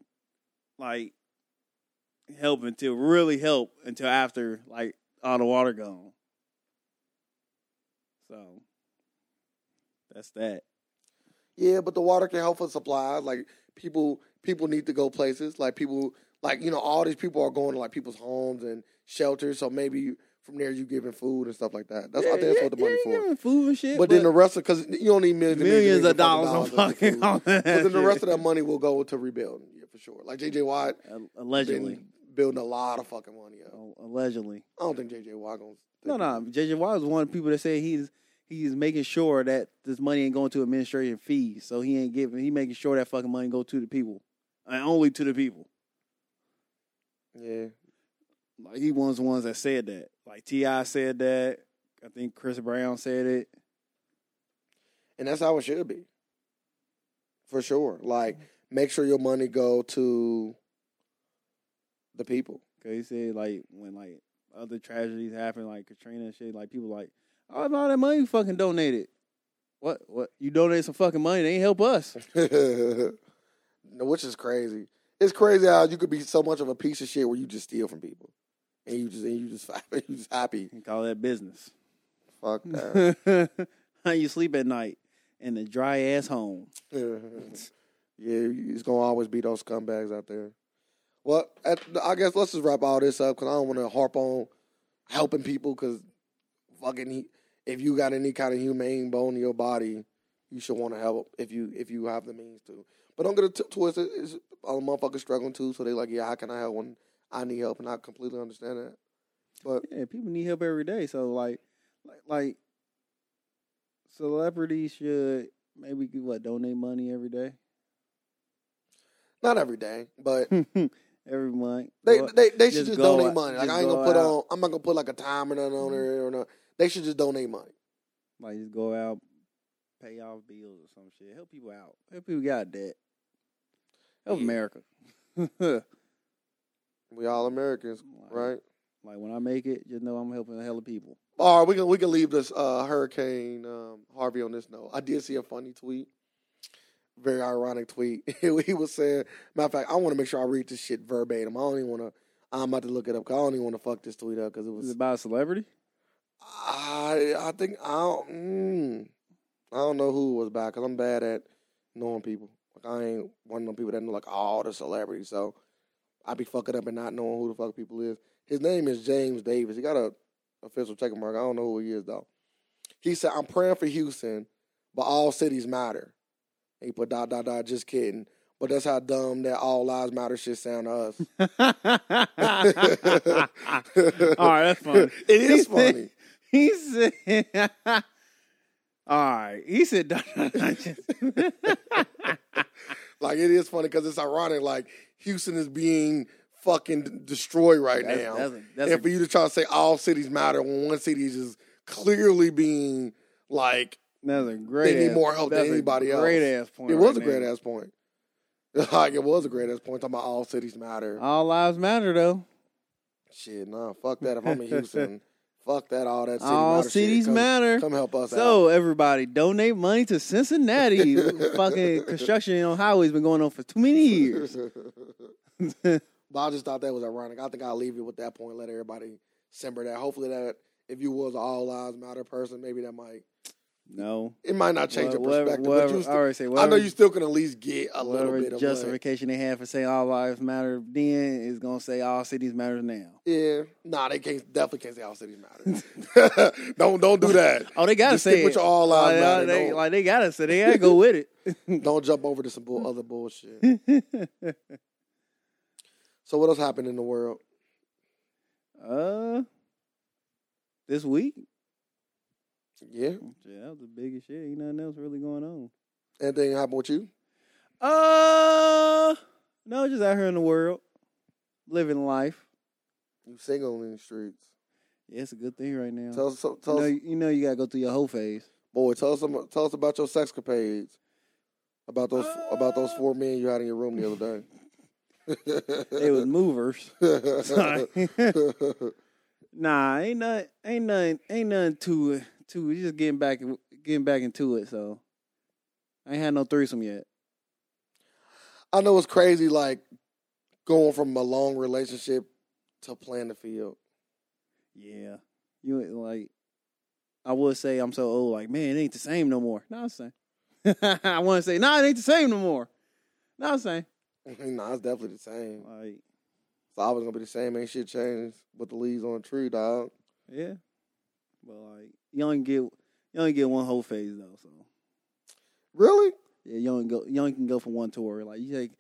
like help until really help until after like all the water gone. So that's that.
yeah, but the water can help us supply. Like people, people need to go places. Like people, like you know, all these people are going to like people's homes and shelters. So maybe you- from there you giving food and stuff like that. That's I think that's what the money
yeah,
for.
yeah, Food and shit.
But, then the rest of because you don't need millions, and
millions of
fucking
dollars on
fucking
fucking (laughs)
food.
on that.
But then the
shit.
rest of that money will go to rebuilding, yeah, for sure. Like JJ Watt
A-
been
allegedly.
building a lot of fucking money up.
Oh, allegedly.
I don't think JJ Watt gonna.
No, no. JJ Watt was one of the people that said he's he's making sure that this money ain't going to administration fees, so he ain't giving. He making sure that fucking money go to the people and only to the people.
Yeah.
Like he was the ones that said that. Like Ti said that. I think Chris Brown said it.
and that's how it should be for sure like make sure your money go to the people
Cause he said like when like other tragedies happen, like Katrina and shit, like people like, oh, all that money you fucking donated. What? What? You donate some fucking money? They ain't help us.
No, (laughs) which is crazy it's crazy how you could be so much of a piece of shit where you just steal from people and you just and you just (laughs) you just happy
You (laughs) call that business.
(laughs) fuck that
(laughs) How you sleep at night in the dry ass home?
(laughs) yeah it's gonna always be those scumbags out there well at, i guess let's just wrap all this up because i don't want to harp on helping people because fucking he- if you got any kind of humane bone in your body, you should want to help if you if you have the means to. But don't get it t- twisted. It's all the motherfuckers struggling too, so they like, yeah, how can I help when I need help? And I completely understand that. But
Yeah, people need help every day. So like, like, like celebrities should maybe give, what donate money every day, (laughs)
not every day. But
every month.
they
Well,
they, they
just
should just
go
donate
out-
money. Like
just
I ain't gonna
go
put
out. Mm-hmm.
on. I'm not gonna put like a timer or nothing on there or no. They should just donate money.
like just go out, pay off bills or some shit. Help people out. Help people got debt. Help
Yeah.
America. (laughs) like,
We all Americans, right?
Like when I make it, just know I'm helping a hell of people.
All right, we can we can leave this uh, Hurricane um, Harvey on this note. I did see a funny tweet, very ironic tweet. (laughs) he was saying, matter of fact, I want to make sure I read this shit verbatim. I don't even want to. I'm about to look it up. 'cause I don't even want to fuck this tweet up because it
Is it
was.
about a
(laughs)
celebrity? (laughs)
I I think I don't. Mm, I don't know who it was by because I'm bad at knowing people. Like I ain't one of them people that know like all the celebrities. So I be fucking up and not knowing who the fuck people is. His name is James Davis. He got a official check mark. I don't know who he is though. He said, "I'm praying for Houston, but all cities matter." He put dot dot dot. Just kidding. But that's how dumb that all lives matter shit sound to us.
(laughs) All right, that's funny.
(laughs) It is
He said-
funny.
He said, (laughs) "All right." He said, (laughs)
Like it is funny because it's ironic. Like Houston is being fucking d- destroyed right
That's-
now,
that's a- that's
and
a-
for you to try to say all cities matter when one city is just clearly being like
"That's a great."
need
ass-
more help than
that's a
anybody else.
Great ass point.
it was
right
a great
there.
ass point. (laughs) like it was a great ass point talking about all cities matter.
All lives matter, though.
Shit, nah, fuck that. If I'm in Houston,
(laughs)
fuck that. All that city
All
matter shit.
cities
Come-
matter.
Come help us out.
So everybody, donate money to
(laughs)
Cincinnati. Fucking construction on highways been going on for too many
(laughs)
years. (laughs)
But I just thought that was ironic. I think I'll leave you with that point. Let everybody simmer that. Hopefully that if you was an all lives matter person, maybe that might
No,
it might not change
Wha-
your perspective.
Whatever,
but you
I
still,
already say.
I know
Whatever,
you still can at least get a little
whatever
bit of what-
justification they had for saying all lives matter then is gonna say all cities matter now.
Yeah, nah, they can't definitely can't say all cities
(laughs)
matter. (laughs) don't don't do that.
Oh, they (laughs) gotta
Just
say
stick with
it.
your all
like,
lives matter.
They,
Don't-
like they gotta say they gotta go with it.
(laughs) Don't jump over to some bull- other bullshit. So what else happened in the world?
(laughs) uh, this week,
Yeah,
yeah, that was the biggest shit. Ain't nothing else really going on.
anything happened with you?
Uh, no, just out here in the world, living life.
You single in the streets?
Yeah, it's a good thing right now.
Tell us, tell
you, know,
us,
you know you gotta go through your whole phase.
boy, tell us, some- tell us about your sexcapades, about those, about those
Uh.
four men you had in your room the other
(laughs) They was
(laughs) day.
movers. (laughs)
(laughs)
Sorry. (laughs) nah, ain't nothing, ain't nothing, ain't nothing to it. To it. just getting back, getting back into it. So I ain't had no threesome yet.
I know it's crazy, like going from a long relationship to playing the field. (laughs)
Yeah. You ain't, like I would say I'm so old, like, man, it ain't the same no more. No, I'm saying. (laughs) I wanna say, nah, it ain't the same no more. No, I'm saying.
nah, it's definitely the same.
Like,
It's always gonna be the same. Ain't shit changed but the leaves on a tree, dog.
yeah. But like you only get you only get one whole phase though, so
Really?
yeah, you only go you only can go for one tour. Like you take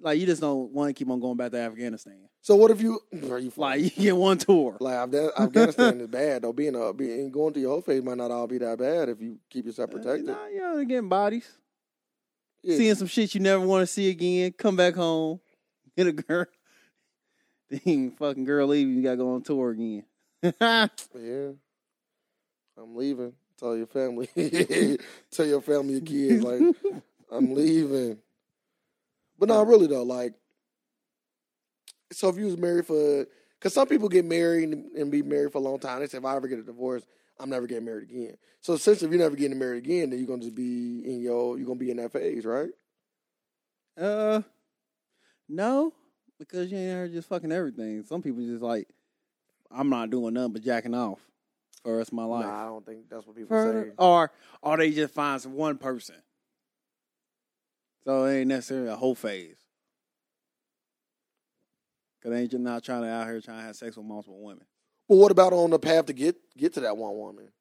like you just don't want to keep on going back to Afghanistan.
So what if you? (laughs) Are you
Like (laughs)
flying?
you get one tour.
Like Afga- Afghanistan is bad though. Being a being going through your whole phase might not all be that bad if you keep yourself protected.
Uh, nah, you know, they're getting bodies.
Yeah.
Seeing some shit you never want to see again. Come back home. Get a girl. (laughs) Then fucking girl leave you. You gotta go on tour again. (laughs)
Yeah. I'm leaving. Tell your family. (laughs) Tell your family, your kids, like I'm leaving. But not really though. Like, so if you was married for, because some people get married and, and be married for a long time. They say if I ever get a divorce, I'm never getting married again. So since if you're never getting married again, then you're gonna just be in your, you're gonna be in that phase, right?
(laughs) uh, no, because you ain't heard just fucking everything. Some people just like, I'm not doing nothing but jacking off for the rest of my life.
Nah, I don't think that's what people
For-
say.
or or they just find some one person. So it ain't necessarily a whole phase. Cause they ain't just not trying to out here trying to have sex with multiple women.
But what about on the path to get get to that one woman? (laughs)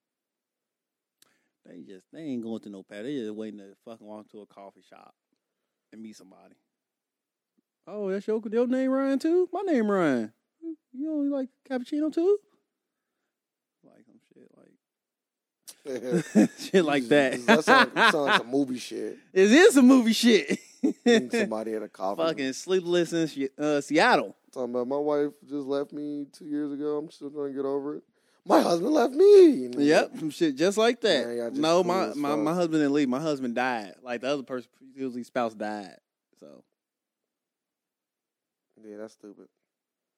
They just they ain't going to no pad. They just waiting to fucking walk to a coffee shop and meet somebody. Oh, that's your your name Ryan too? My name Ryan. You don't like cappuccino too? Like some shit like shit (laughs) like (laughs) that.
that sounds sound like some movie shit.
it (laughs) is some movie shit. (laughs)
Meeting somebody at a coffee.
fucking sleepless in She- uh, Seattle.
Talking about my wife just left me two years ago. I'm still trying to get over it. My husband left me. And-
Yep, some shit just like that.
Man, y'all just
no,
cool
my,
as
my
fuck.
my husband didn't leave. My husband died. Like the other person, usually spouse died. So,
Yeah, that's stupid.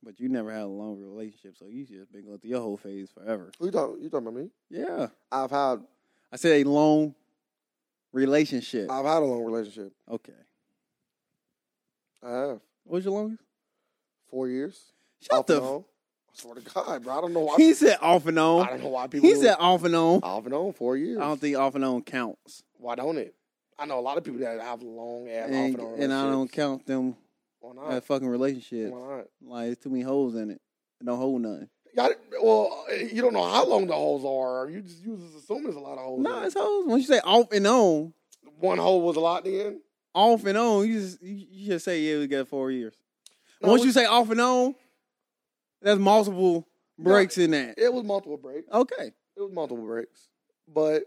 but you never had a long relationship, so you just been going through your whole phase forever.
Who you talking? You talking about me?
Yeah,
I've had
I said a long relationship.
I've had a long relationship.
okay,
I have
what was your longest?
four years.
Shut
off and
the. F-
on. I swear to God, bro. I don't know why.
he said off and
(laughs) I
on.
don't know why people.
He
do
said
it.
off and on.
off and on four years.
I don't think off and on counts,
why don't it? I know a lot of people that have long ass off
and,
and on.
and I don't
relationships.
count them
Why not?
as fucking relationships.
Why not?
Like it's too many holes in it. It don't hold nothing.
Y'all, well, eh, you don't know how long the holes are. You just you just assume there's a lot of holes.
No,
in it.
it's hoes. Once you say off and on,
one hole was a lot then.
off and on, you just you, you just say yeah, we got four years.
No,
Once
it
you
was-
say off and on, there's multiple breaks in that.
it was multiple breaks.
Okay,
It was multiple breaks, but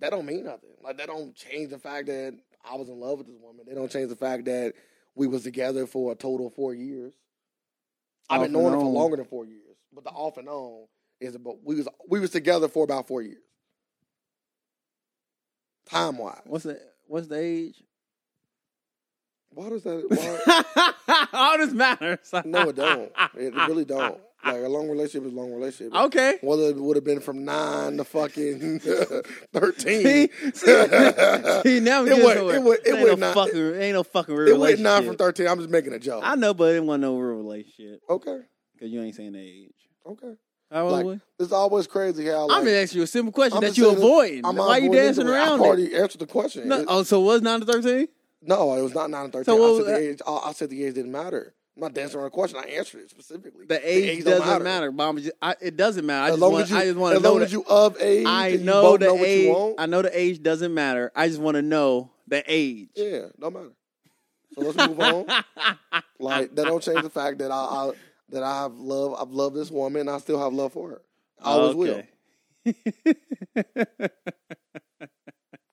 that don't mean nothing. Like that don't change the fact that I was in love with this woman. They don't change the fact that we was together for a total of four years. I've
Off
been
and
knowing her for
on.
longer than four years, but the off and on is about we was we was together for about four years, time wise.
what's the what's the age?
Why does that? Why?
(laughs) All this matters.
no, it don't. It really don't. Like a long relationship is a long
(laughs)
relationship.
Okay.
Whether it would have been from nine to fucking (laughs)
See,
thirteen.
(laughs) see,
(laughs)
see, now we
It
get
would-
somewhere.
it would- it
ain't
would
no
not-
fucking, ain't no fucking real
It went
relationship.
nine from thirteen. I'm just making a joke.
I know, but it wasn't no real relationship
okay.
because you ain't saying the age.
Okay.
How old
Like,
was?
It's always crazy how like,
I'm gonna ask you a simple question
I'm
that
just
you
saying that
avoiding.
I'm
Why you
onboarded
dancing
into it.
around
I've
it?
already answered the question.
No,
It-
oh, so it was nine to thirteen?
No, it was not nine and thirteen.
So
I
what
said
was-
the age. uh, I, I said the age didn't matter. I'm not dancing around the question. I answered it specifically.
The age,
don't
doesn't matter. but I'm just, I, it doesn't matter. I
As
just
long
want,
as you,
I just want to
as
know.
long as
that-
you of age,
I
and you
know
both
the
know what
age.
you want.
I know the age doesn't matter. I just want to know the age.
Yeah, don't matter. So let's move on.
(laughs)
Like that don't change the fact that I, I that I have love. I've loved this woman. and I still have love for her. I always
Okay.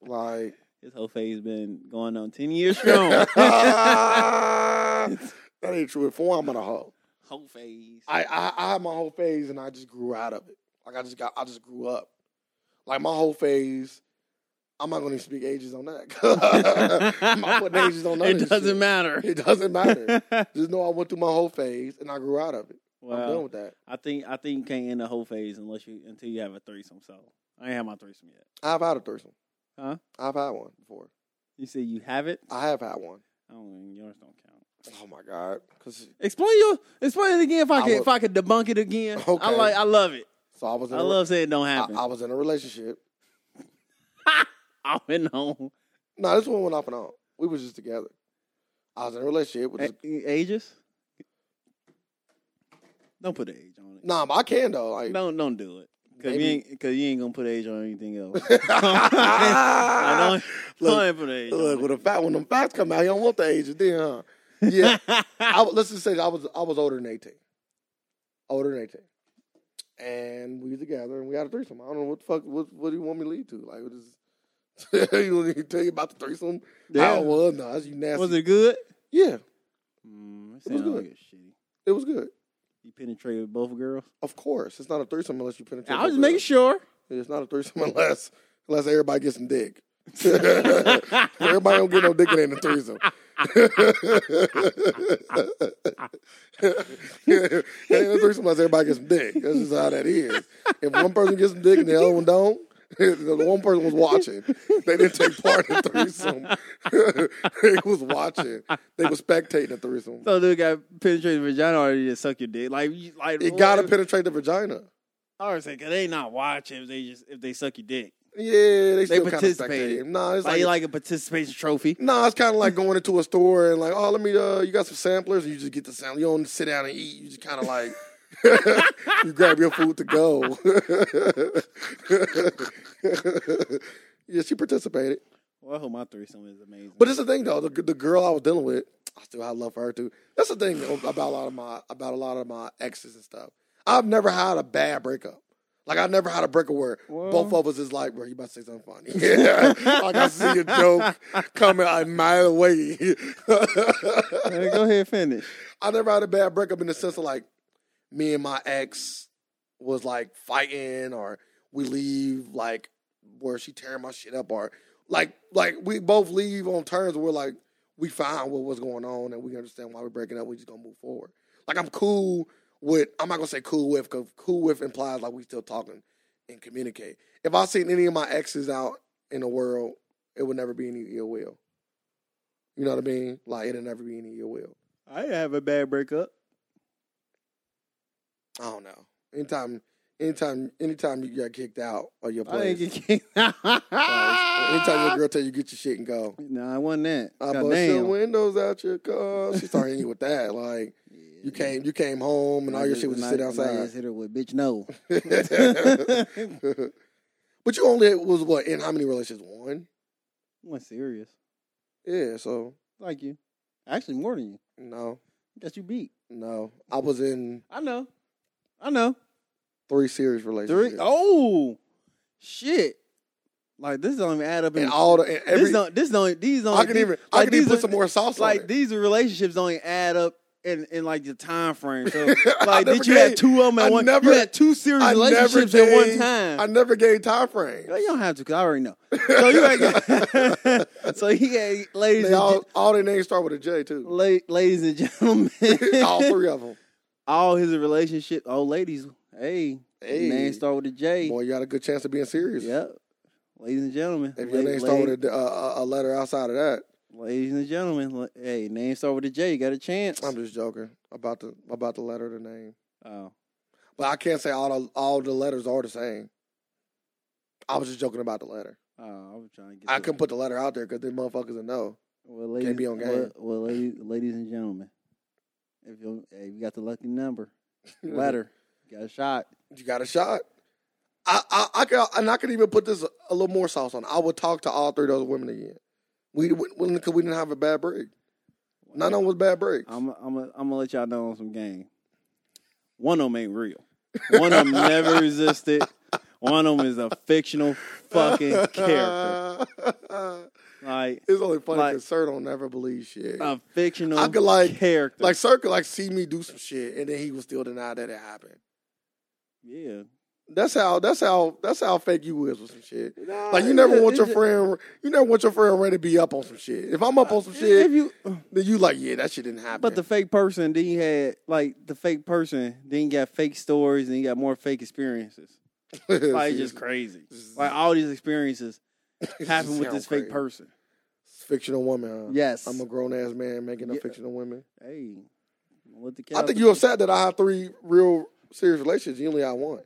will. Like
This whole phase been going on ten years
(laughs)
strong. (laughs)
that ain't true. For I'm on a hoe.
whole phase.
I, (laughs) I I had my whole phase and I just grew out of it. Like I just got I just grew up. Like my whole phase. I'm not going to speak ages on that. (laughs) I'm not putting ages on none of
It
this
doesn't
shit.
matter.
It
(laughs)
doesn't matter. just know I went through my whole phase and I grew out of it. I'm done
well,
with that.
I think I think you can't end the whole phase unless you until you have a threesome. So I ain't had my threesome yet.
I've had a threesome.
Huh?
I've had one before.
You say you have it?
I have had one.
I don't know. Yours don't count.
Oh my god! Because
Explain your explain it again if I
I
can
will-
if I could debunk it again. I
Okay.
like I love it.
so I was. In
I
a-
love saying it don't
I,
happen.
I was in a relationship.
(laughs) I went home.
No, this one went off and on. We was just together. I was in a relationship with. This,
A- ages? Don't put an age on it.
nah, but I can though. Like,
Don't don't do it. Cause
Maybe-
you ain't cause you ain't gonna put age on anything
(laughs)
else. (laughs) I don't,
Look,
I don't put an age
Look,
on
when the fact when them facts come out, you don't want the ages then, huh? Yeah,
it. (laughs)
I, was- let's just say I was I was older than eighteen, older than eighteen, and we together and we had a threesome. I don't know what the fuck what what do you want me to lead to? Like, what is (laughs) you want me to tell you about the threesome?
Yeah.
How it was? No, that's you nasty.
Was it good?
Yeah,
Mm,
It was
sound
good.
like a shitty.
it was good.
You penetrated both girls.
Of course, it's not a threesome unless you penetrate.
I was just
both
making
girls.
sure.
It's not a threesome (laughs) unless unless everybody gets some dick. (laughs) everybody don't get no dick it ain't a threesome. (laughs) it ain't a threesome unless everybody gets some dick. That's just how that is. If one person gets some dick and the other one don't, (laughs) the one person was watching. They didn't take part in the threesome. (laughs) they was watching. They was spectating the threesome.
So dude got penetrated vagina or you just suck your dick. Like you- like
It gotta penetrate the vagina.
I was saying, 'cause they not watching if they just if they suck your dick.
Yeah, they still kind of
participated.
spectating. Nah, it's
Like, you like a participation trophy.
No, it's kind of like going into a store and like, oh, let me, uh, you got some samplers, and you just get the sample. You don't sit down and eat. You just kind of like, (laughs) you grab your food to go. (laughs) yeah, she participated.
Well, I hope my threesome is amazing.
But it's the thing though, the, the girl I was dealing with, I still I love her too. That's the thing though, about a lot of my about a lot of my exes and stuff. I've never had a bad breakup. Like I never had a breakup where
Well-
both of us is like, bro, you about to say something funny. (laughs) Yeah. like I see a joke coming a mile (laughs) away.
Hey, go ahead, finish.
I never had a bad breakup in the sense of like me and my ex was like fighting or we leave like where she tearing my shit up or like like we both leave on terms where like we find what was going on and we understand why we're breaking up. We just gonna move forward. Like I'm cool with I'm not gonna say cool with because cool with implies like we still talking and communicate. If I seen any of my exes out in the world, it would never be any ill will. You know what I mean? Like it'll never be any ill will.
I didn't have a bad breakup.
I don't know. Anytime, anytime, anytime you got kicked out or your
I
place,
didn't get kicked. (laughs)
uh, anytime your
no,
girl tell you get your shit and go,
I wasn't that.
I
God
bust your
damn.
windows out your car. She started hitting you with that. Like you came, you came home and all your shit was
I-
sit
I
outside.
just hit her with bitch no. I
(laughs) but you only was what in how many relationships? One.
wasn't serious.
Yeah. So
Like you. Actually more than you.
no,
Got you beat.
no. I was in
I know. I know.
three serious relationships.
Three oh shit. Like this don't even add up in
And all the and
this
every.
don't this don't these don't
I can
these-
even. I
like,
can even
these
put
are-
some more sauce on
like
it.
these relationships don't even add up in, in like the time frame. So
(laughs)
(laughs)
I
like
never
did you have
gave-
two of them at
I
one
never-
you had two serious
I never
relationships at one
gave-
time.
I never gave time frame.
you don't have to because I already
(laughs)
know. So you ain't (laughs) So he had ladies
They
and
all, all their names start with a J
gen- (laughs)
too.
la- ladies and gentlemen.
(laughs) all three of them.
(laughs) All his relationship oh ladies. Hey,
Hey,
name start with a J.
boy, you got a good chance of being serious.
Yep. Ladies and gentlemen.
If your
la-
name
la-
start with a, a, a letter outside of that,
Ladies and gentlemen, la- hey, name start with a J. You got a chance.
I'm just joking about the about the letter of the name.
oh,
But I can't say all the all the letters are the same. I was just joking about the letter.
oh, I was trying to get.
I
to-
couldn't put the letter out there because then motherfuckers would know.
Well, ladies,
be on game.
Well, well ladies, ladies and gentlemen, if you hey, you got the lucky number, letter, you got a shot.
you got a shot. I, I, I could, and I could even put this a little more sauce on. it. I would talk to all three of those women again. We, we, because we didn't have a bad break. None of them was bad breaks.
I'm I'm I'm gonna let y'all know on some game. One of them ain't real. One of them never existed. One of them is a fictional
(laughs)
fucking character. Like
it's only funny
Like-
because Sir don't never believe shit.
a fictional
I could, like-
character.
like Sir could like see me do some shit and then he would still deny that it happened.
yeah.
That's how that's how that's how fake you is with some shit. Like
Uh,
you never want your friend you never want your friend ready to be up on some shit. If I'm up on some
Uh, If
shit,
you
then you like, yeah, that shit didn't happen.
But the
(laughs)
fake person, then you had like the fake person, then you got fake stories, and you got more fake experiences. Like it's just crazy. Like all these experiences happen with this fake person.
Fictional woman, huh?
Yes.
I'm a grown ass man making up
Yeah.
fictional women.
Hey, what the
I
cow-
think you're upset that I have three real serious relationships. You only have one.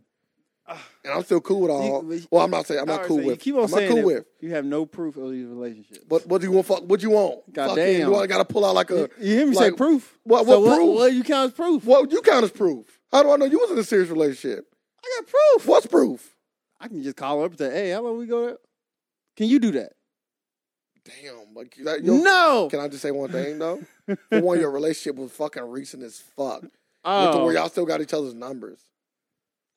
And I'm still cool with all.
You-
well, I'm not saying I'm
I
not
already
cool
said,
with.
You keep on
I'm not
saying
cool
that
with.
you have no proof of these relationships.
What what do you want? Fuck, what you want?
God
Fucking-
damn.
You I got to pull out like a.
you, you hear me
uh, like, uh,
say proof?
what-
So
what proof?
What, what you count as proof?
What you count as proof? How do I know you was in a serious relationship?
I got proof.
What's proof?
I can just call her up and say, "Hey, how long we go?" There? Can you do that?
Damn, like that, yo,
no.
Can I just say one thing though? For
(laughs)
one, your relationship was fucking recent as fuck. With the,
oh,
where y'all still got each other's numbers.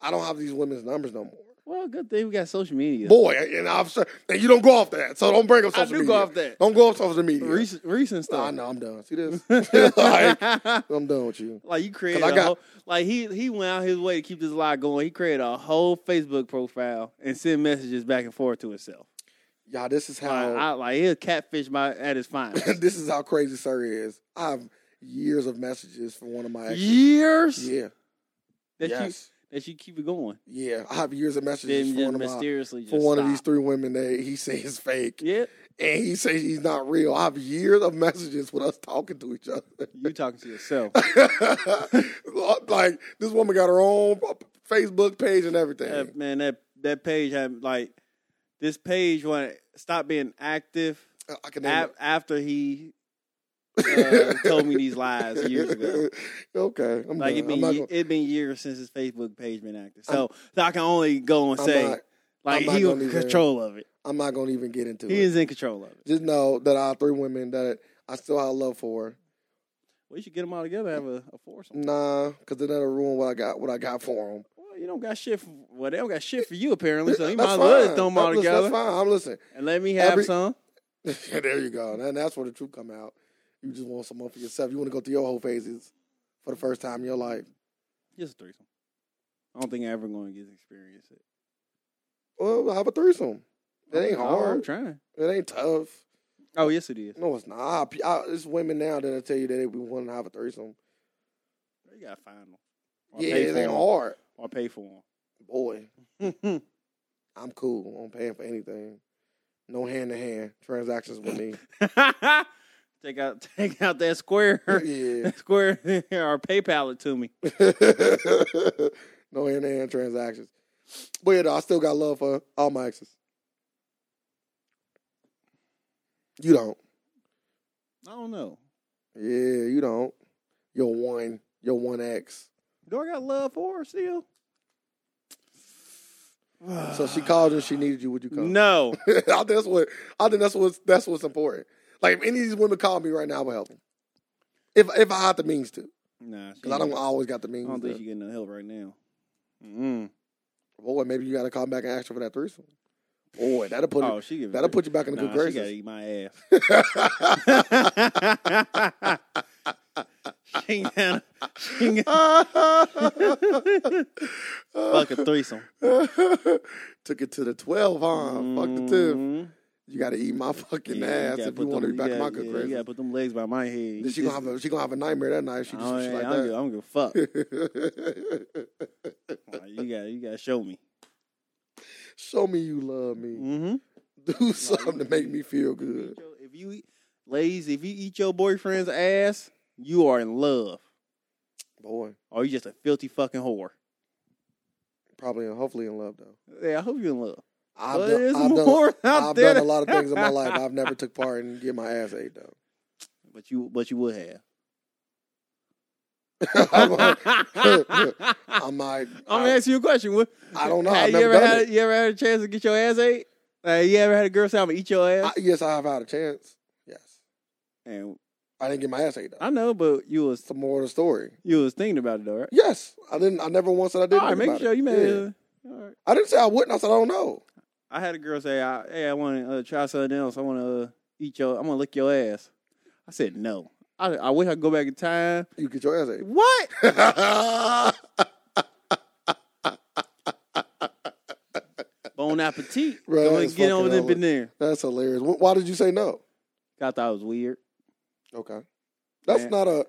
I don't have these women's numbers no more.
well, good thing we got social media.
Boy, and I'm sure, and you don't go off that, so don't bring up
I
social
do
media.
go off that.
Don't go off social media. Oh,
Recent, recent
I
stuff.
know I'm done. See this?
(laughs)
(laughs) like, I'm done with you.
Like you created,
'Cause I
a
got-
whole, like he he went out his way to keep this lie going. He created a whole Facebook profile and sent messages back and forth to himself.
Y'all, this is
Like,
how
I, like he'll catfish my at his
(laughs)
finest.
this is how crazy sir is. I have years of messages from one of my exes.
Years
Yeah.
that
yes.
you that you keep it going.
Yeah. I have years of messages
Then
from
just
one of my
mysteriously
for
just
one of these
stop.
three women that he says is fake,
Yeah,
and he says he's not real. I have years of messages with us talking to each
you talking to
(laughs)
yourself.
other. (laughs) like this woman got her own Facebook page and everything.
That- man, that that page had like this page when stopped being active
I- I can name
ap- after he
(laughs)
uh, told me these lies
it.
years
(laughs)
ago.
okay, I'm
Like it
done. I'm
been
not
ye-
gonna-
it been years since his Facebook page been active, so, so I can only go and
I'm
say
not-
like
I'm not
he was
gonna
in
even-
control of it.
I'm not gonna even get into
He
it.
is in control of it.
Just know that I have three women that I still have love for.
We should get them all together, have a, a foursome.
Nah, because then that'll ruin what I got. What I got for them.
Well, you don't got shit. For, well, they don't got shit for you apparently, so you might
that's
as well just
fine.
throw them all
That- listen,
together
That's fine. I'm listening.
and let me have
Every-
some.
(laughs) there you go. And that's where the truth come out. You just want someone for yourself. You want to go through your whole phases for the first time in your life.
Just a threesome. I don't think I ever going to get to experience it.
Well, have a threesome. It ain't
Oh, I'm
hard.
trying.
It ain't tough.
Oh yes, it is.
No, it's not. I, I, it's women now that'll tell you that they want to have a threesome.
You gotta find them.
yeah,
pay
it
for
ain't
'em.
hard.
Or pay for
Boy,
them.
I'm cool. I'm paying for anything. No hand to hand transactions with
(laughs)
me.
take out, take out that square,
yeah.
(laughs)
(laughs)
that square, or PayPal it to me.
no hand to hand transactions. But yeah, though, I still got love for all my exes. You don't.
I don't know.
Yeah, you don't. Your one, your one ex.
Do I got love for her still?
So
(sighs)
she called and she needed you. Would you come?
No,
(laughs) I think that's what. I think that's what's that's what's important. Like if any of these women call me right now, I would help them. If if I had the means to, (laughs)
nah, she
because I don't
ain't-
always got the
I
means.
don't think
to.
she getting no help right now. Mm.
Boy, maybe you got to call back and ask her for that threesome. Boy, that'll put
Oh, she giving
that'll put you back in the
Mm-hmm. nah,
good
She gotta
graces.
eat my ass. she ain't gotta, she ain't gotta fuck
(laughs)
a threesome.
Took it to the twelve, huh? Fuck the two.
Mhm.
You got to eat my fucking
Yeah,
ass
gotta
if you
put
want to
them-
be back in my
gotta-
good
yeah,
graces.
You gotta put them legs by my head. You
Then she gonna have a, she gonna have a nightmare that night. if She
I
do
don't,
some shit
I
like
don't give, I
that.
don't give a
(laughs)
fuck. Like, you got you got to show me.
Show me you love me.
Mm-hmm.
(laughs) Do something to make me
(laughs)
feel good.
If you eat, ladies, if you eat your boyfriend's ass, you are in love,
Boy,
or you just a filthy fucking whore.
probably and hopefully in love though.
Yeah, I hope you're in love.
I've
But
done,
there's
I've, done,
more (laughs) out
I've
there.
done a lot of things
(laughs)
in my life. I've never took part in getting my ass ate though. (laughs)
But you, but you would have. (laughs)
I'm, (laughs)
I'm
like,
gonna
I,
ask you a question. What,
I don't know.
Have
I've
you
never
ever
done
had
it.
you ever had a chance to get your ass ate? Like, you ever had a girl say, "I'm gonna eat your
I,
ass"?
yes, I have had a chance. Yes,
and
I didn't get my ass ate though.
I know, but you was
Some more of the story.
you was thinking about it though, right?
Yes, I didn't. I never once said I
All
didn't.
right,
think
make
about
sure
it.
you made.
Yeah.
it. All right.
I didn't say I wouldn't. I said I don't know.
I had a girl say, I, "Hey, I want to uh, try something else. I want to uh, eat your. I'm gonna lick your ass." I said, "No. I, I wish I could go back in time."
You get your ass ate. (laughs)
What? Bon appetit.
Bro,
go
that
and
is
get
fucking
over there, been
hilarious.
there.
That's hilarious. Wh- Why did you say no?
I thought it was weird.
Okay, that's
Man.
not a.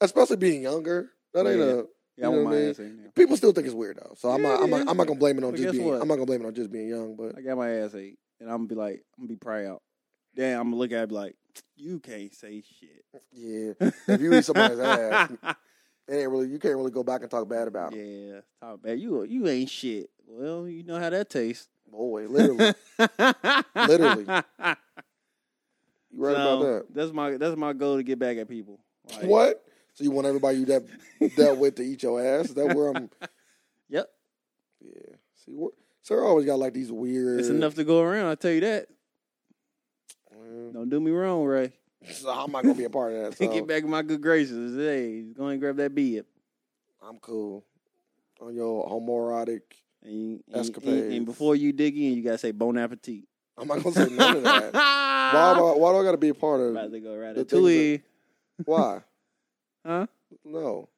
Especially being younger, that ain't a.
Yeah, I
You know
want
what I
my
mean?
ass ate. Now.
People still think it's weird though, so I'm
Yeah,
not.
it
I'm
is.
not, I'm not gonna blame it on
But
just
guess
being.
what?
I'm not gonna blame it on just being young, but
I got my ass ate, and I'm gonna be like, I'm gonna be proud. Then I'm gonna look at it like, you can't say shit.
Yeah. If you
(laughs)
eat somebody's ass, it ain't really you can't really go back and talk bad about it.
yeah, talk bad. You you ain't shit. Well, you know how that tastes.
Boy,
(laughs)
literally. Literally. You right
So,
about
That's my that's my goal to get back at people. Like,
that. What? So you want everybody you that dealt with to eat your ass? Is that where
(laughs)
I'm
Yep.
Yeah. See what Sarah always got like these weird
It's enough to go around. I tell you that.
Mm.
Don't do me wrong, Ray.
So I'm not gonna be a part of that. So
(laughs) Get back in my good graces. Hey, go ahead and grab that beer.
I'm cool. On your homoerotic
And, and,
Escapades.
and, and before you dig in, you gotta say bon appetit.
I'm not gonna say none
(laughs)
of that. Why, do I- why do I got to be a part
About
of?
to go
the
ratatouille.
things Why?
Huh?
No.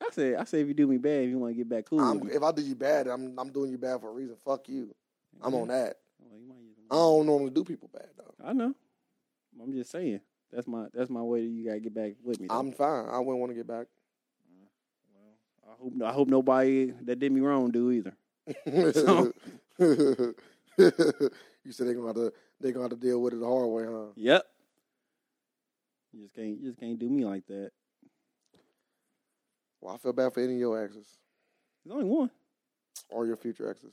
I said, I said, if you do me bad, if you want to get back cool,
I'm,
with me.
if I do you bad, I'm I'm doing you bad for a reason. Fuck you. I'm on that. Um,
Well, you might use them.
I don't normally do people bad though.
I know. I'm just saying. That's my that's my way that you gotta get back with me. though.
I'm fine. I wouldn't want to get back.
I hope I hope nobody that did me wrong do either. So-
(laughs) you said they're gonna have to they're gonna have to deal with it the hard way, huh?
Yep. You just can't you just can't do me like that.
Well, I feel bad for any of your exes
There's only one. (sighs)
or your future exes.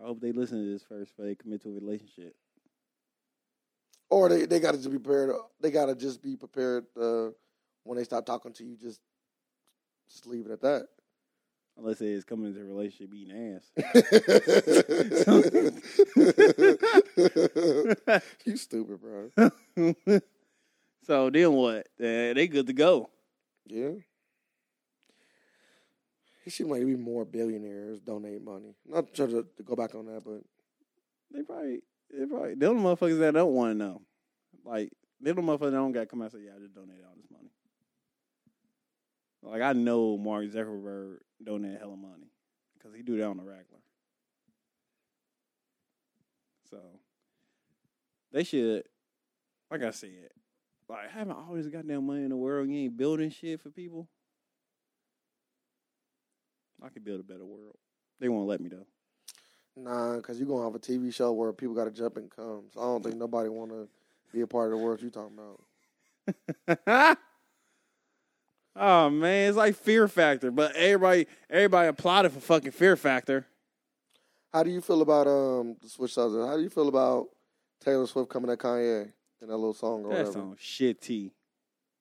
I hope they listen to this first before they commit to a relationship.
Or they they gotta just be prepared. They gotta just be prepared uh, when they stop talking to you. Just just leave it at that.
Unless it's coming into a relationship eating (laughs)
(laughs) you stupid, bro.
ass. (laughs) so then what? Uh, they good to go.
Yeah. It seems like it'd be more billionaires donate money. Not trying to, to go back on that, but
They probably, they probably, them the motherfuckers that don't want to know. Like, them the motherfuckers that don't got to come out and say, yeah, I just donated all this money. Like, I know Mark Zuckerberg donated hella money because he do that on the regular. So, they should, like I said, like, having all this goddamn money in the world, you ain't building shit for people. I could build a better world. They won't let me, though.
nah, because you're gonna have a TV show where people gotta jump and come. So I don't think nobody wanna be a part of the world you talking about.
oh (laughs) man, it's like Fear Factor, but everybody everybody applauded for fucking Fear Factor.
How do you feel about um the switch sides? How do you feel about Taylor Swift coming at Kanye in that little song or
That
whatever?
song shitty.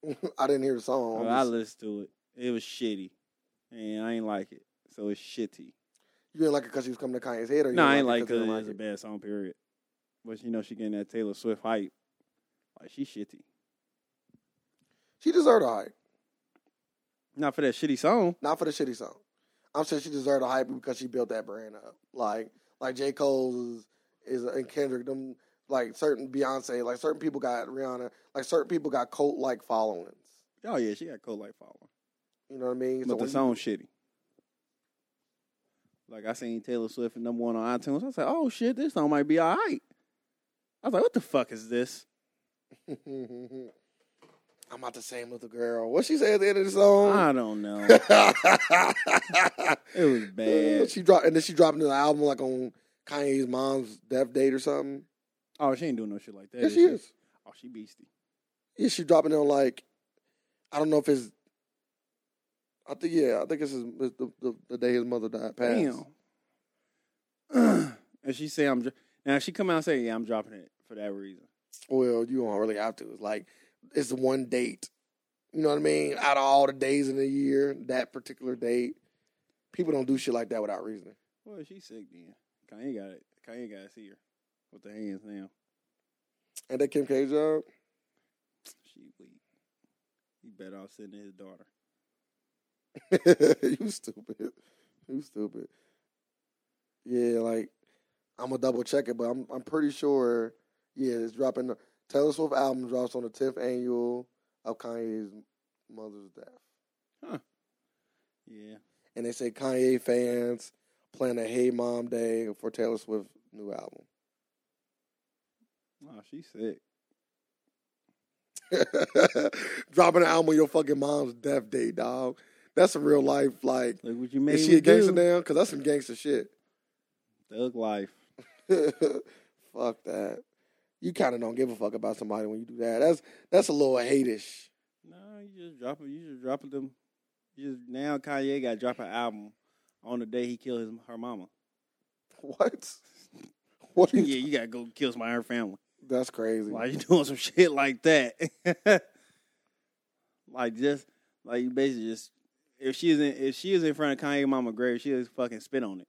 (laughs) I didn't hear the song.
Well,
I'm
I
just-
listened to it. It was shitty, and I ain't like it. So it's shitty.
you didn't like it because she was coming to Kanye's head, or you
No, I ain't
didn't
like it.
'cause you
'cause
didn't
It's a bad song, period. But you know, she getting that Taylor Swift hype. Like she shitty.
She deserved a hype,
Not for that shitty song.
not for the shitty song. I'm saying she deserved a hype because she built that brand up. Like like J Cole's is, is and Kendrick them like certain Beyonce, like certain people got Rihanna, like certain people got cult like followings.
Oh yeah, she got cold like following.
You know what I mean?
But
when
the
you-
song shitty. Like I seen Taylor Swift at number one on iTunes. I was like, oh shit, this song might be all right. I was like, what the fuck is this?
(laughs) I'm not the same little girl. What she said at the end of the song?
I don't
(laughs)
know. It was bad.
she dropped, and then she dropped another album like on Kanye's mom's death date or something.
Oh, she ain't doing no shit like that.
Yeah, she is.
Oh, she beastie.
Yeah, she dropping it on like, I don't know if it's. I think yeah, I think it's his, it's the, the the day his mother died. Passed.
Damn. (clears throat) and she say I'm dr- now if she come out and say, Yeah, I'm dropping it for that reason.
Well, you don't really have to. It's like it's the one date. You know what I mean? Out of all the days in the year, that particular date, people don't do shit like that without reason.
Well, she sick then. Kanye got it. Kanye gotta see her with the hands now.
And that Kim K job,
She weak. He better off sending his daughter.
(laughs) you stupid. You stupid. Yeah, like I'm gonna double check it, but I'm I'm pretty sure. Yeah, it's dropping. The Taylor Swift album drops on the 10th annual of Kanye's mother's death,
Yeah.
and they say Kanye fans plan a Hey Mom Day for Taylor Swift's new album. (laughs)
Oh, she sick.
dropping an album on your fucking mom's death day, dog. That's some real life. Like,
Look what you made.
is she
me
a gangster
do.
now? Because that's some gangster shit.
Thug life.
(laughs) Fuck that. You kind of don't give a fuck about somebody when you do that. That's that's a little hatish.
No, you just drop it. You just drop them. You just now Kanye got to drop an album on the day he killed his her mama. (laughs)
What? (laughs) What? Are
yeah,
you,
you got to go kill somebody in her family.
That's crazy.
Why you (laughs) doing some shit like that? (laughs) like just like you basically just if she's in if she is in front of Kanye mama grave, she just fucking spit on it.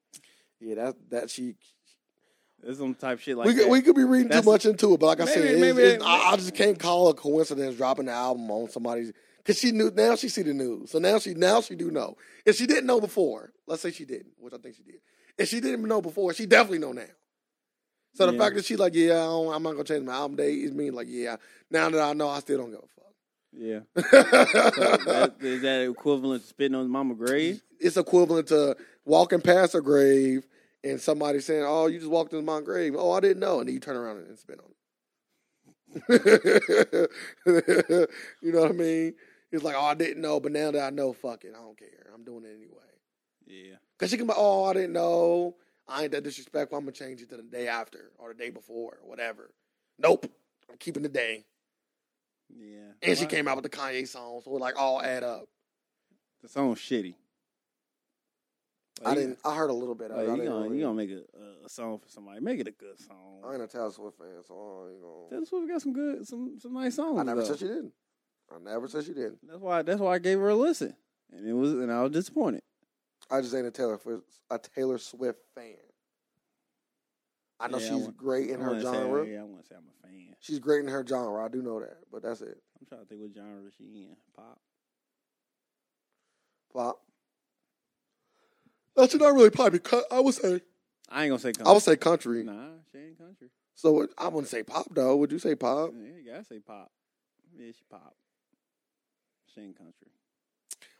yeah, that that she.
It's some type shit like
we could,
that.
we could be reading too
That's-
much into it, but like I said,
Maybe-
it's,
maybe
it's-
that-
I, I just can't call a coincidence dropping the album on somebody's because she knew now she see the news, so now she now she do know. If she didn't know before, let's say she didn't, which I think she did. If she didn't know before, she definitely know now. So the
Yeah.
fact that she like, yeah, I don't, I'm not gonna change my album date is mean like, yeah, now that I know, I still don't give
yeah. So
a fuck.
that, is that equivalent to spitting on mama
(laughs)
grave?
it's equivalent to walking past her grave and somebody saying, "Oh, you just walked into my grave." Oh, I didn't know, and then you turn around and spit on it. (laughs) you know what I mean? It's like, "Oh, I didn't know," but now that I know, fuck it, I don't care. I'm doing it anyway.
Yeah.
Cause she can be, "Oh, I didn't know. I ain't that disrespectful. I'm gonna change it to the day after or the day before or whatever." Nope, I'm keeping the day.
Yeah.
And she
Why-
came out with the Kanye song, so it like all add up.
The song's shitty.
I
Like,
didn't. I heard a little bit. of it.
Like,
I
you
didn't
gonna
really-
you gonna make a, a- a song for somebody? Make it a good
I
song.
ain't a Taylor Swift fan, so I ain't gonna.
Taylor Swift got some good some some nice songs.
I never
though.
said she didn't. I never said she didn't.
That's why that's why I gave her a listen, and it was and I was disappointed.
I just ain't a Taylor Swift, a Taylor Swift fan. I know
Yeah, I
she's
wouldn't-
great in
I
her
wouldn't say-
genre.
yeah, I want to say I'm a fan.
She's great in her genre. I do know that, but that's it.
I'm trying to think what genre she in. Pop.
Pop. That's not really pop. because I would say
I ain't gonna say country.
I would say country.
nah, she ain't country.
So it- I wouldn't say pop though. Would you say pop?
Yeah, you gotta say pop. Yeah, she pop. She ain't country.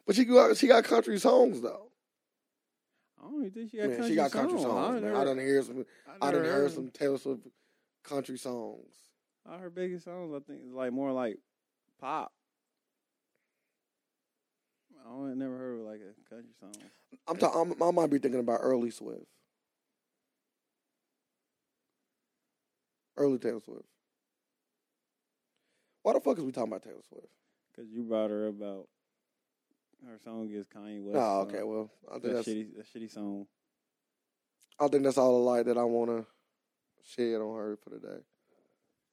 But she got she got country songs though.
I don't even think she got
Man,
country.
she got country
songs.
songs. man. I
never-
done hear some. I
never
done hear
them.
some Taylor Swift country songs.
All her biggest songs, I think, is like more like pop. I don't, never heard of like a country song.
I'm talking. I might be thinking about early Swift, early Taylor Swift. Why the fuck is we talking about Taylor Swift?
Cause you brought her about her song is Kanye West.
oh, okay. Well, I think
that
that's.
shitty, that shitty song.
I think that's all the light that I want to shed on her for today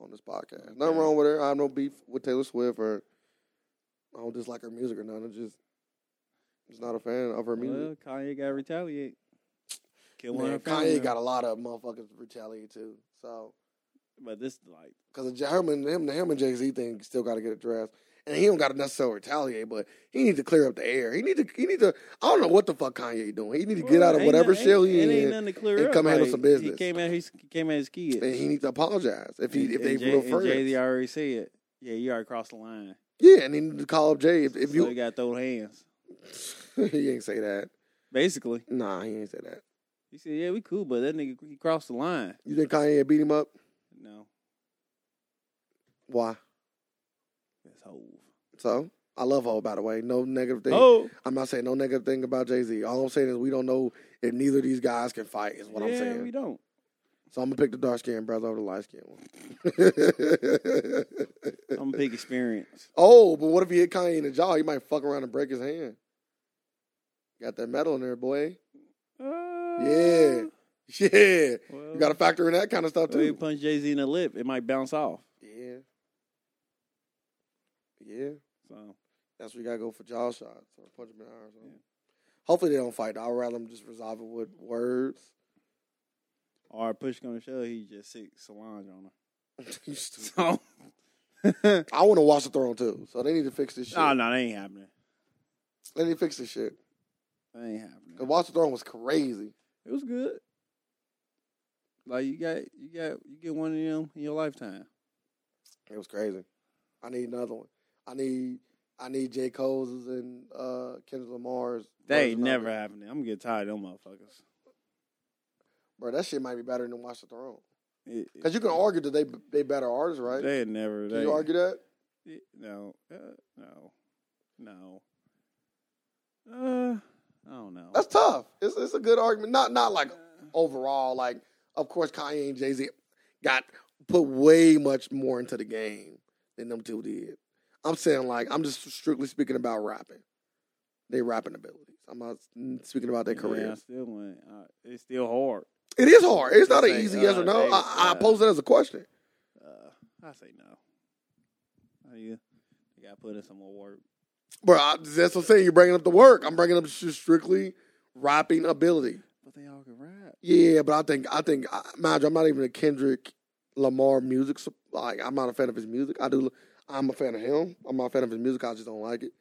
on this podcast. Nothing
Okay.
wrong with her. I have no beef with Taylor Swift or I don't dislike her music or nothing. I'm just, just not a fan of her music.
Well, Kanye got to retaliate. Kill one
Man,
of her family
Kanye
members.
got a lot of motherfuckers to retaliate too. So.
But this like
Because him and him, him and Jay Z thing still got to get addressed, and he don't got to necessarily retaliate, but he need to clear up the air. He need to, he need to. I don't know what the fuck Kanye doing. He need to get out of
Ain't
whatever
nothing-
shell he
ain't, ain't
in,
nothing to clear
and
up.
come handle
Like,
some business.
He came at his he came at his kids.
and he need to apologize if he if they
and Jay,
real friends.
Jay Z already said, yeah, you already crossed the line.
yeah, and he need to call up Jay if, if
so you
you.
got to throw hands.
(laughs) he ain't say that.
Basically,
Nah, he ain't say that.
he said, yeah, we cool, but that nigga he crossed the line.
You think Kanye beat him up?
No,
Why?
that's Hove.
So I love Ho. By the way, no negative thing.
Oh,
I'm not saying no negative thing about Jay Z. All I'm saying is we don't know if neither of these guys can fight. Is what
yeah,
I'm saying.
we don't.
So I'm gonna pick the dark skinned brother over the light skinned one.
I'm a big experience.
(laughs) oh, but what if he hit Kanye in the jaw? He might fuck around and break his hand. Got that metal in there, boy. (laughs)
Uh,
Yeah. Yeah.
well,
You gotta factor in that kind of stuff
well, you
too.
punch Jay Z in the lip, it might bounce off.
Yeah. Yeah.
So
That's what you gotta go for jaw shots or punch him in the eye or something. Hopefully they don't fight. I'd rather them just resolve it with words. (laughs)
or push gonna show he just sick Solange on her. (laughs)
You stupid.
So
I wanna watch the throne too. So they need to fix this shit.
oh no, that ain't happening.
They need to fix this shit.
That ain't happening.
The Watch the Throne was crazy.
It was good. Like you got you got you get one of them in your lifetime.
It was crazy. I need another one. I need I need J. Cole's and uh Kendrick Lamar's.
That ain't
version of
never
it.
happening. I'm gonna get tired of them motherfuckers.
Bro, that shit might be better than Watch the Throne.
It,
Because you can argue that they they better artists, right?
They ain't never.
can
They,
you argue that?
it- no, uh, no, no. Uh, I don't know.
That's tough. It's it's a good argument. Not not like
Uh,
overall, like of course Kanye and Jay Z. got put way much more into the game than them two did. I'm saying like I'm just strictly speaking about rapping, their rapping abilities. I'm not speaking about their
Yeah, I
careers.
still went. Uh, it's still hard.
It is hard. It's not an
Say,
easy yes
uh,
or no.
they-
I, I
uh,
posed it as a question.
Uh, I say no. Oh, yeah. You got to put in some more work.
Bro, I, that's what I'm saying. You're bringing up the work. I'm bringing up just strictly rapping ability.
But they all can rap.
Yeah, but I think I think I- mind you, I'm not even a Kendrick Lamar music. sup- Like I'm not a fan of his music. I do. I'm a fan of him. I'm not a fan of his music. I just don't like it.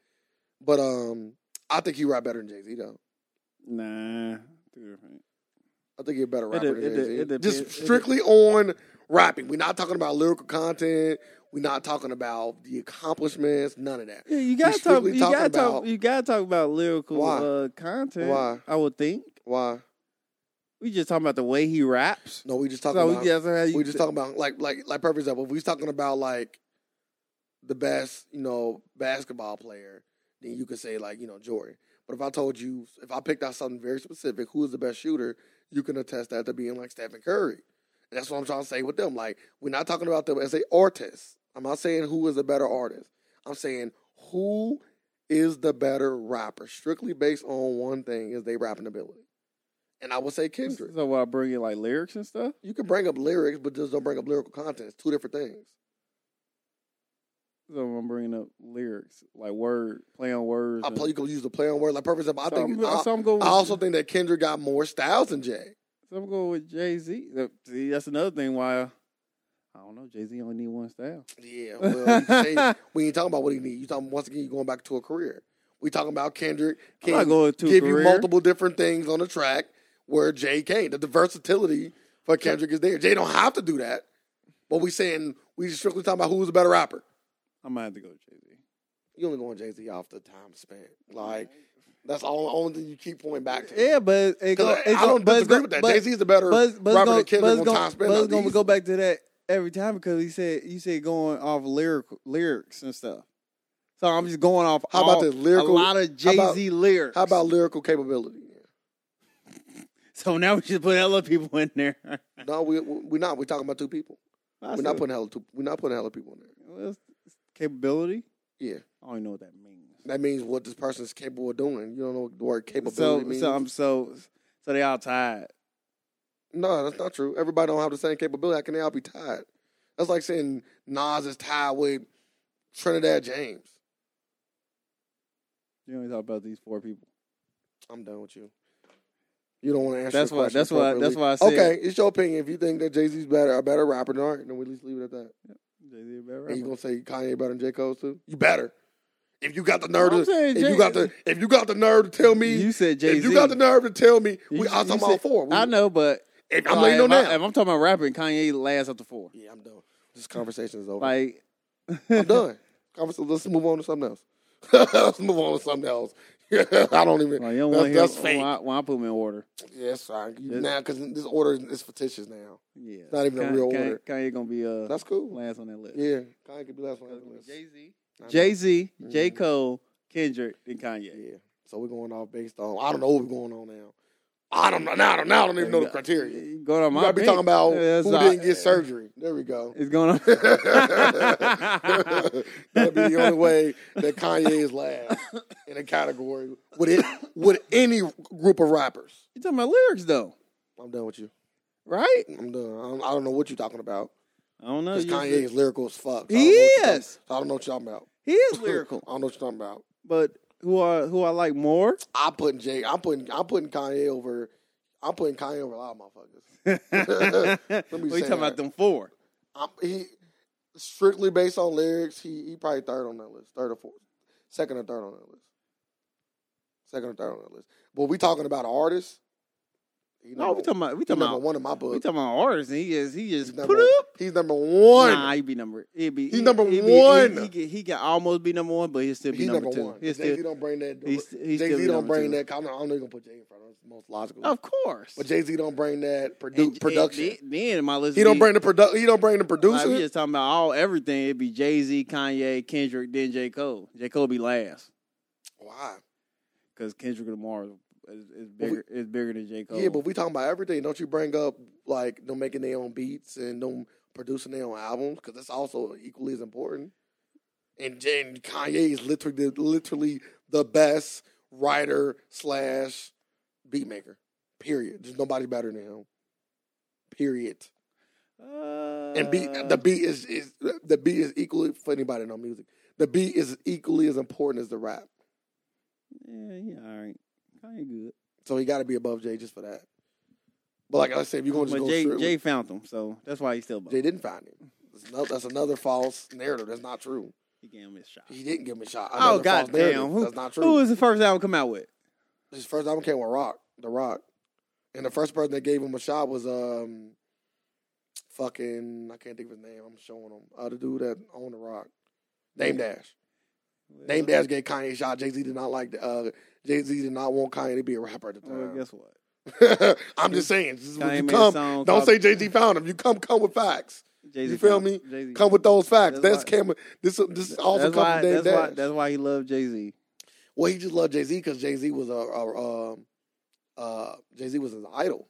But um, I think he rap better than Jay Z though.
Nah. Two different.
I think he's a better
It de-
rapper than
it de-
Jay Z.
it depends-
Just
it de-
strictly on rapping. We're not talking about lyrical content. We're not talking about the accomplishments. None of that.
Yeah, you gotta talk.
strictly
You gotta
talking
talk.
about-
You gotta talk about lyrical
Why?
uh, content.
Why?
I would think
Why?
we just talking about the way he raps.
No, we just talking
So
about.
we just, how you
we just talking about like like like perfect example. If we was talking about like the best, you know, basketball player, then you could say like you know Jordan. But if I told you, if I picked out something very specific, who is the best shooter, you can attest that to being like Stephen Curry. And that's what I'm trying to say with them. Like we're not talking about them as a artist. I'm not saying who is the better artist. I'm saying who is the better rapper, strictly based on one thing: is they rapping ability. And I would say Kendrick.
So I bring you like lyrics and stuff.
You can bring up lyrics, but just don't bring up lyrical content. It's two different things.
So I'm bringing up lyrics, like word, play on words.
I
and-
play, you can use the play on word. Like, purpose example, I
so
think
I'm,
I,
so I'm going.
I
With,
also think that Kendrick got more styles than Jay.
so I'm going with Jay Z. See, that's another thing why I don't know. Jay Z only need one style.
Yeah, (laughs) well,
(laughs)
you (laughs) say, we ain't talking about what he need. You talking once again, you going back to a career. We talking about Kendrick
I'm not
can
going to
give
career.
you multiple different things on the track where Jay can't. The versatility for Kendrick is there. Jay don't have to do that. But we saying we strictly talking about who's the better rapper.
I'm gonna have to go with Jay Z.
You only going Jay Z off the time spent. Like that's all only thing you keep pointing back to.
Yeah, but it go,
Because
it's
I, I don't
but it's
disagree
go-
with that.
but-
Jay Z is the better
Buzz, Buzz
rapper
gonna,
than Kendrick
Buzz
on
gonna-
time spent.
Buzz
on
gonna
these.
go back to that every time because he said you said going off lyrical lyrics and stuff. So I'm just going off.
How about
all-
the
A
lyrical-
lot of
how
Jay
about-
Z lyrics.
How about lyrical capability?
So now we should put hella people in there.
No, we we- we're not. We're talking about two people. We're not putting hella two. We're not putting hella people in there.
Well, it's- it's capability.
Yeah,
I don't even know what that means.
that means what this person is capable of doing. You don't know what the word capability
So
means.
so I'm so so they all tied.
no, that's not true. Everybody don't have the same capability. How can they all be tied? That's like saying Nas is tied with Trinidad James.
You only talk about these four people.
I'm done with you. You don't want to answer.
That's
the
why-
question
that's why-
appropriately.
that's why I said-
Okay, it's your opinion. If you think that Jay Z's better, a better rapper than art, then we at least leave it at that.
Jay Z better.
And you
rapper.
gonna say Kanye better than J Cole too? You better. If you got the nerve,
I'm
to,
saying
if
Jay-
you got the if you got the nerve to tell me,
You said Jay Z.
if you got the nerve to tell me,
You-
we I'm
you
talking
said-
about four. We,
I know, but
If, I'm
like,
letting you
if
know
I,
now.
if I'm talking about rapping, Kanye lasts up to four.
yeah, I'm done. This conversation is over.
Like (laughs)
I'm done. Convers- let's move on to something else. (laughs) let's move on to something else. (laughs) I don't even.
Like, you don't want
that's,
to hear
that's
when
fake.
I, when I put them in order.
yeah, that's fine. You,
This-
now, because this order is is fictitious now.
Yeah,
Not even a real
Kanye,
order.
Kanye gonna be uh
That's cool.
last on that list.
Yeah, Kanye could be last one. on the list.
Jay Z,
I know.
Jay Z, J
Mhm.
Cole, Kendrick, and Kanye.
Yeah. So we're going off based on I don't know what's going on now. I don't know now. I don't, now I don't even know the criteria. You
You Going on my.
gotta be
pick.
talking about
That's
who
all-
didn't get surgery. There
(laughs)
we go.
It's going on.
(laughs) That'd be the only way that Kanye is last in a category with it with any group of rappers.
You talking about lyrics though,
I'm done with you.
right?
I'm done. I don't, I don't know what you're talking about
I don't know.
because
You-
Kanye is lyrical as fuck. So I
He
don't know oh, what you're talking-
is.
I don't know what you're talking about.
He
(laughs)
is lyrical.
I don't know what you're talking about.
But who I who I like more? (laughs)
I'm putting Jay. I'm putting. I'm putting Kanye over. I'm putting Kanye over a lot of motherfuckers.
we
me say
talking
that.
about them four.
I'm, he strictly based on lyrics, he he probably third on that list, third or fourth, second or third on that list, second or third on that list. But we talking about an artist. He
No, we talking about we
he
talking
number
about
one in my
we
book.
talking about artists. And he just he just
He's
put
number,
up.
he's number one.
Nah, he be number. He be
He number
he
one.
Be, he, he, can- he can almost be number one, but he still be
he's
number,
number,
two.
one.
He's
Jay
still,
Z don't bring that.
he's, he's
Jay
still
Z
be
don't
number
bring
two.
that. I'm not, I don't even gonna put Jay in front of him. It's the most logical.
Of course.
but Jay Z don't bring that produ-
And- and
production.
then- Then my list.
he don't bring the produ- He don't bring the producer.
Like, we just talking about all everything. It'd be Jay Z, Kanye, Kendrick, then J Cole. J Cole be last
Why?
because Kendrick Lamar is, is bigger is bigger than J Cole.
Yeah, but we talking about everything. Don't you bring up like them making their own beats and them producing their own albums because that's also equally as important. And then Kanye is literally literally the best writer slash beat maker. Period. There's nobody better than him. Period.
uh,
And beat the beat is, is the beat is equally for anybody that know music. The beat is equally as important as the rap.
yeah, he all right. Kanye good.
So he got to be above Jay just for that. But like I said, if you're going to just
But
go
Jay
through,
Jay found him, so that's why he's still. above.
They didn't find him. That's, no, that's another false narrative. That's not true.
He gave him his shot.
He didn't give him a shot.
Oh
Another
god
false narrative.
damn! Who,
that's not
who
true.
was the first album come out with?
His first album came with Rock, The Rock, and the first person that gave him a shot was um, fucking I can't think of his name. I'm showing him. Uh, the dude that owned The Rock, Name Dash. Name Dash gave Kanye a shot. Jay Z did not like. The, uh, Jay Z did not want Kanye to be a rapper at the
Well,
time.
guess what?
(laughs) I'm just saying. This is when
Kanye
you
made a
come,
song
don't
called-
say Jay Z found him. You come, come with facts.
Jay-Z
feel
found-
me?
Jay-Z
Come with those facts.
That's
That's,
why-
camera. This this also
that's
come
why,
from Dave
that's why
Dash.
that's why he loved Jay Z.
well, he just loved Jay Z because Jay Z was a, a, um uh, Jay Z was his idol.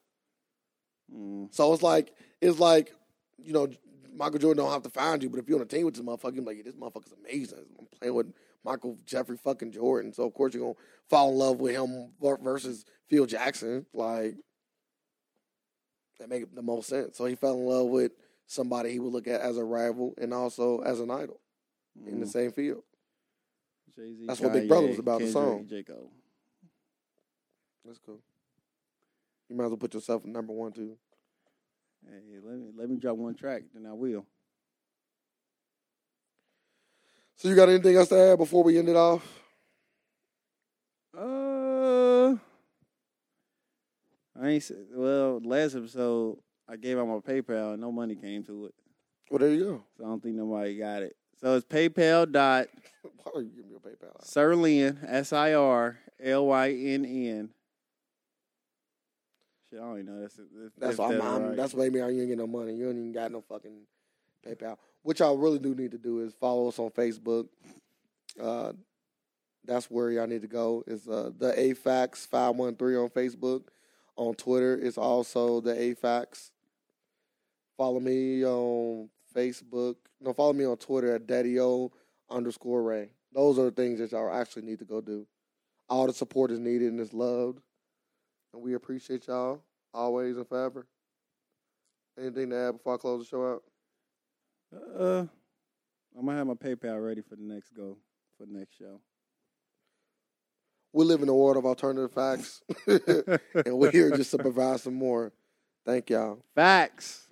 Mm.
So it's like it's like you know Michael Jordan don't have to find you, but if you're on a team with this motherfucker, you're like yeah, this motherfucker's amazing. I'm playing with Michael Jeffrey fucking Jordan, so of course you're gonna fall in love with him ver- versus Phil Jackson. Like that make the most sense. So he fell in love with somebody he would look at as a rival and also as an idol in the
Mm-hmm.
same field.
Jay-Z,
That's what Big Brother was about, the
Kendrick,
song.
J. Cole.
That's cool. You might as well put yourself at number one too.
Hey, let me let me drop one track, then I will.
So you got anything else to add before we end it off?
Uh, I ain't s- well. Last episode, I gave out my PayPal, and no money came to it,
Well, there you go. (laughs)
so I don't think nobody got it. So it's PayPal dot
Why don't you give me your PayPal?
Sirlyn S I R L Y N N. Shit, I don't even know. That's that's,
That's why I'm, I'm- that's why maybe I ain't get no money. You don't even got no fucking PayPal. What y'all really do need to do is follow us on Facebook. Uh, that's where y'all need to go. Is uh, the AFAX five one three on Facebook. On Twitter, it's also the AFAX. Follow me on Facebook. No, follow me on Twitter at Daddy O underscore Ray. Those are the things that y'all actually need to go do. All the support is needed and is loved. And we appreciate y'all always and forever. Anything to add before I close the show out?
Uh, I'm gonna have my PayPal ready for the next go for the next
(laughs)
show.
We live in a world of
(laughs)
alternative (laughs) facts, and we're here just to provide some more. Thank y'all.
Facts.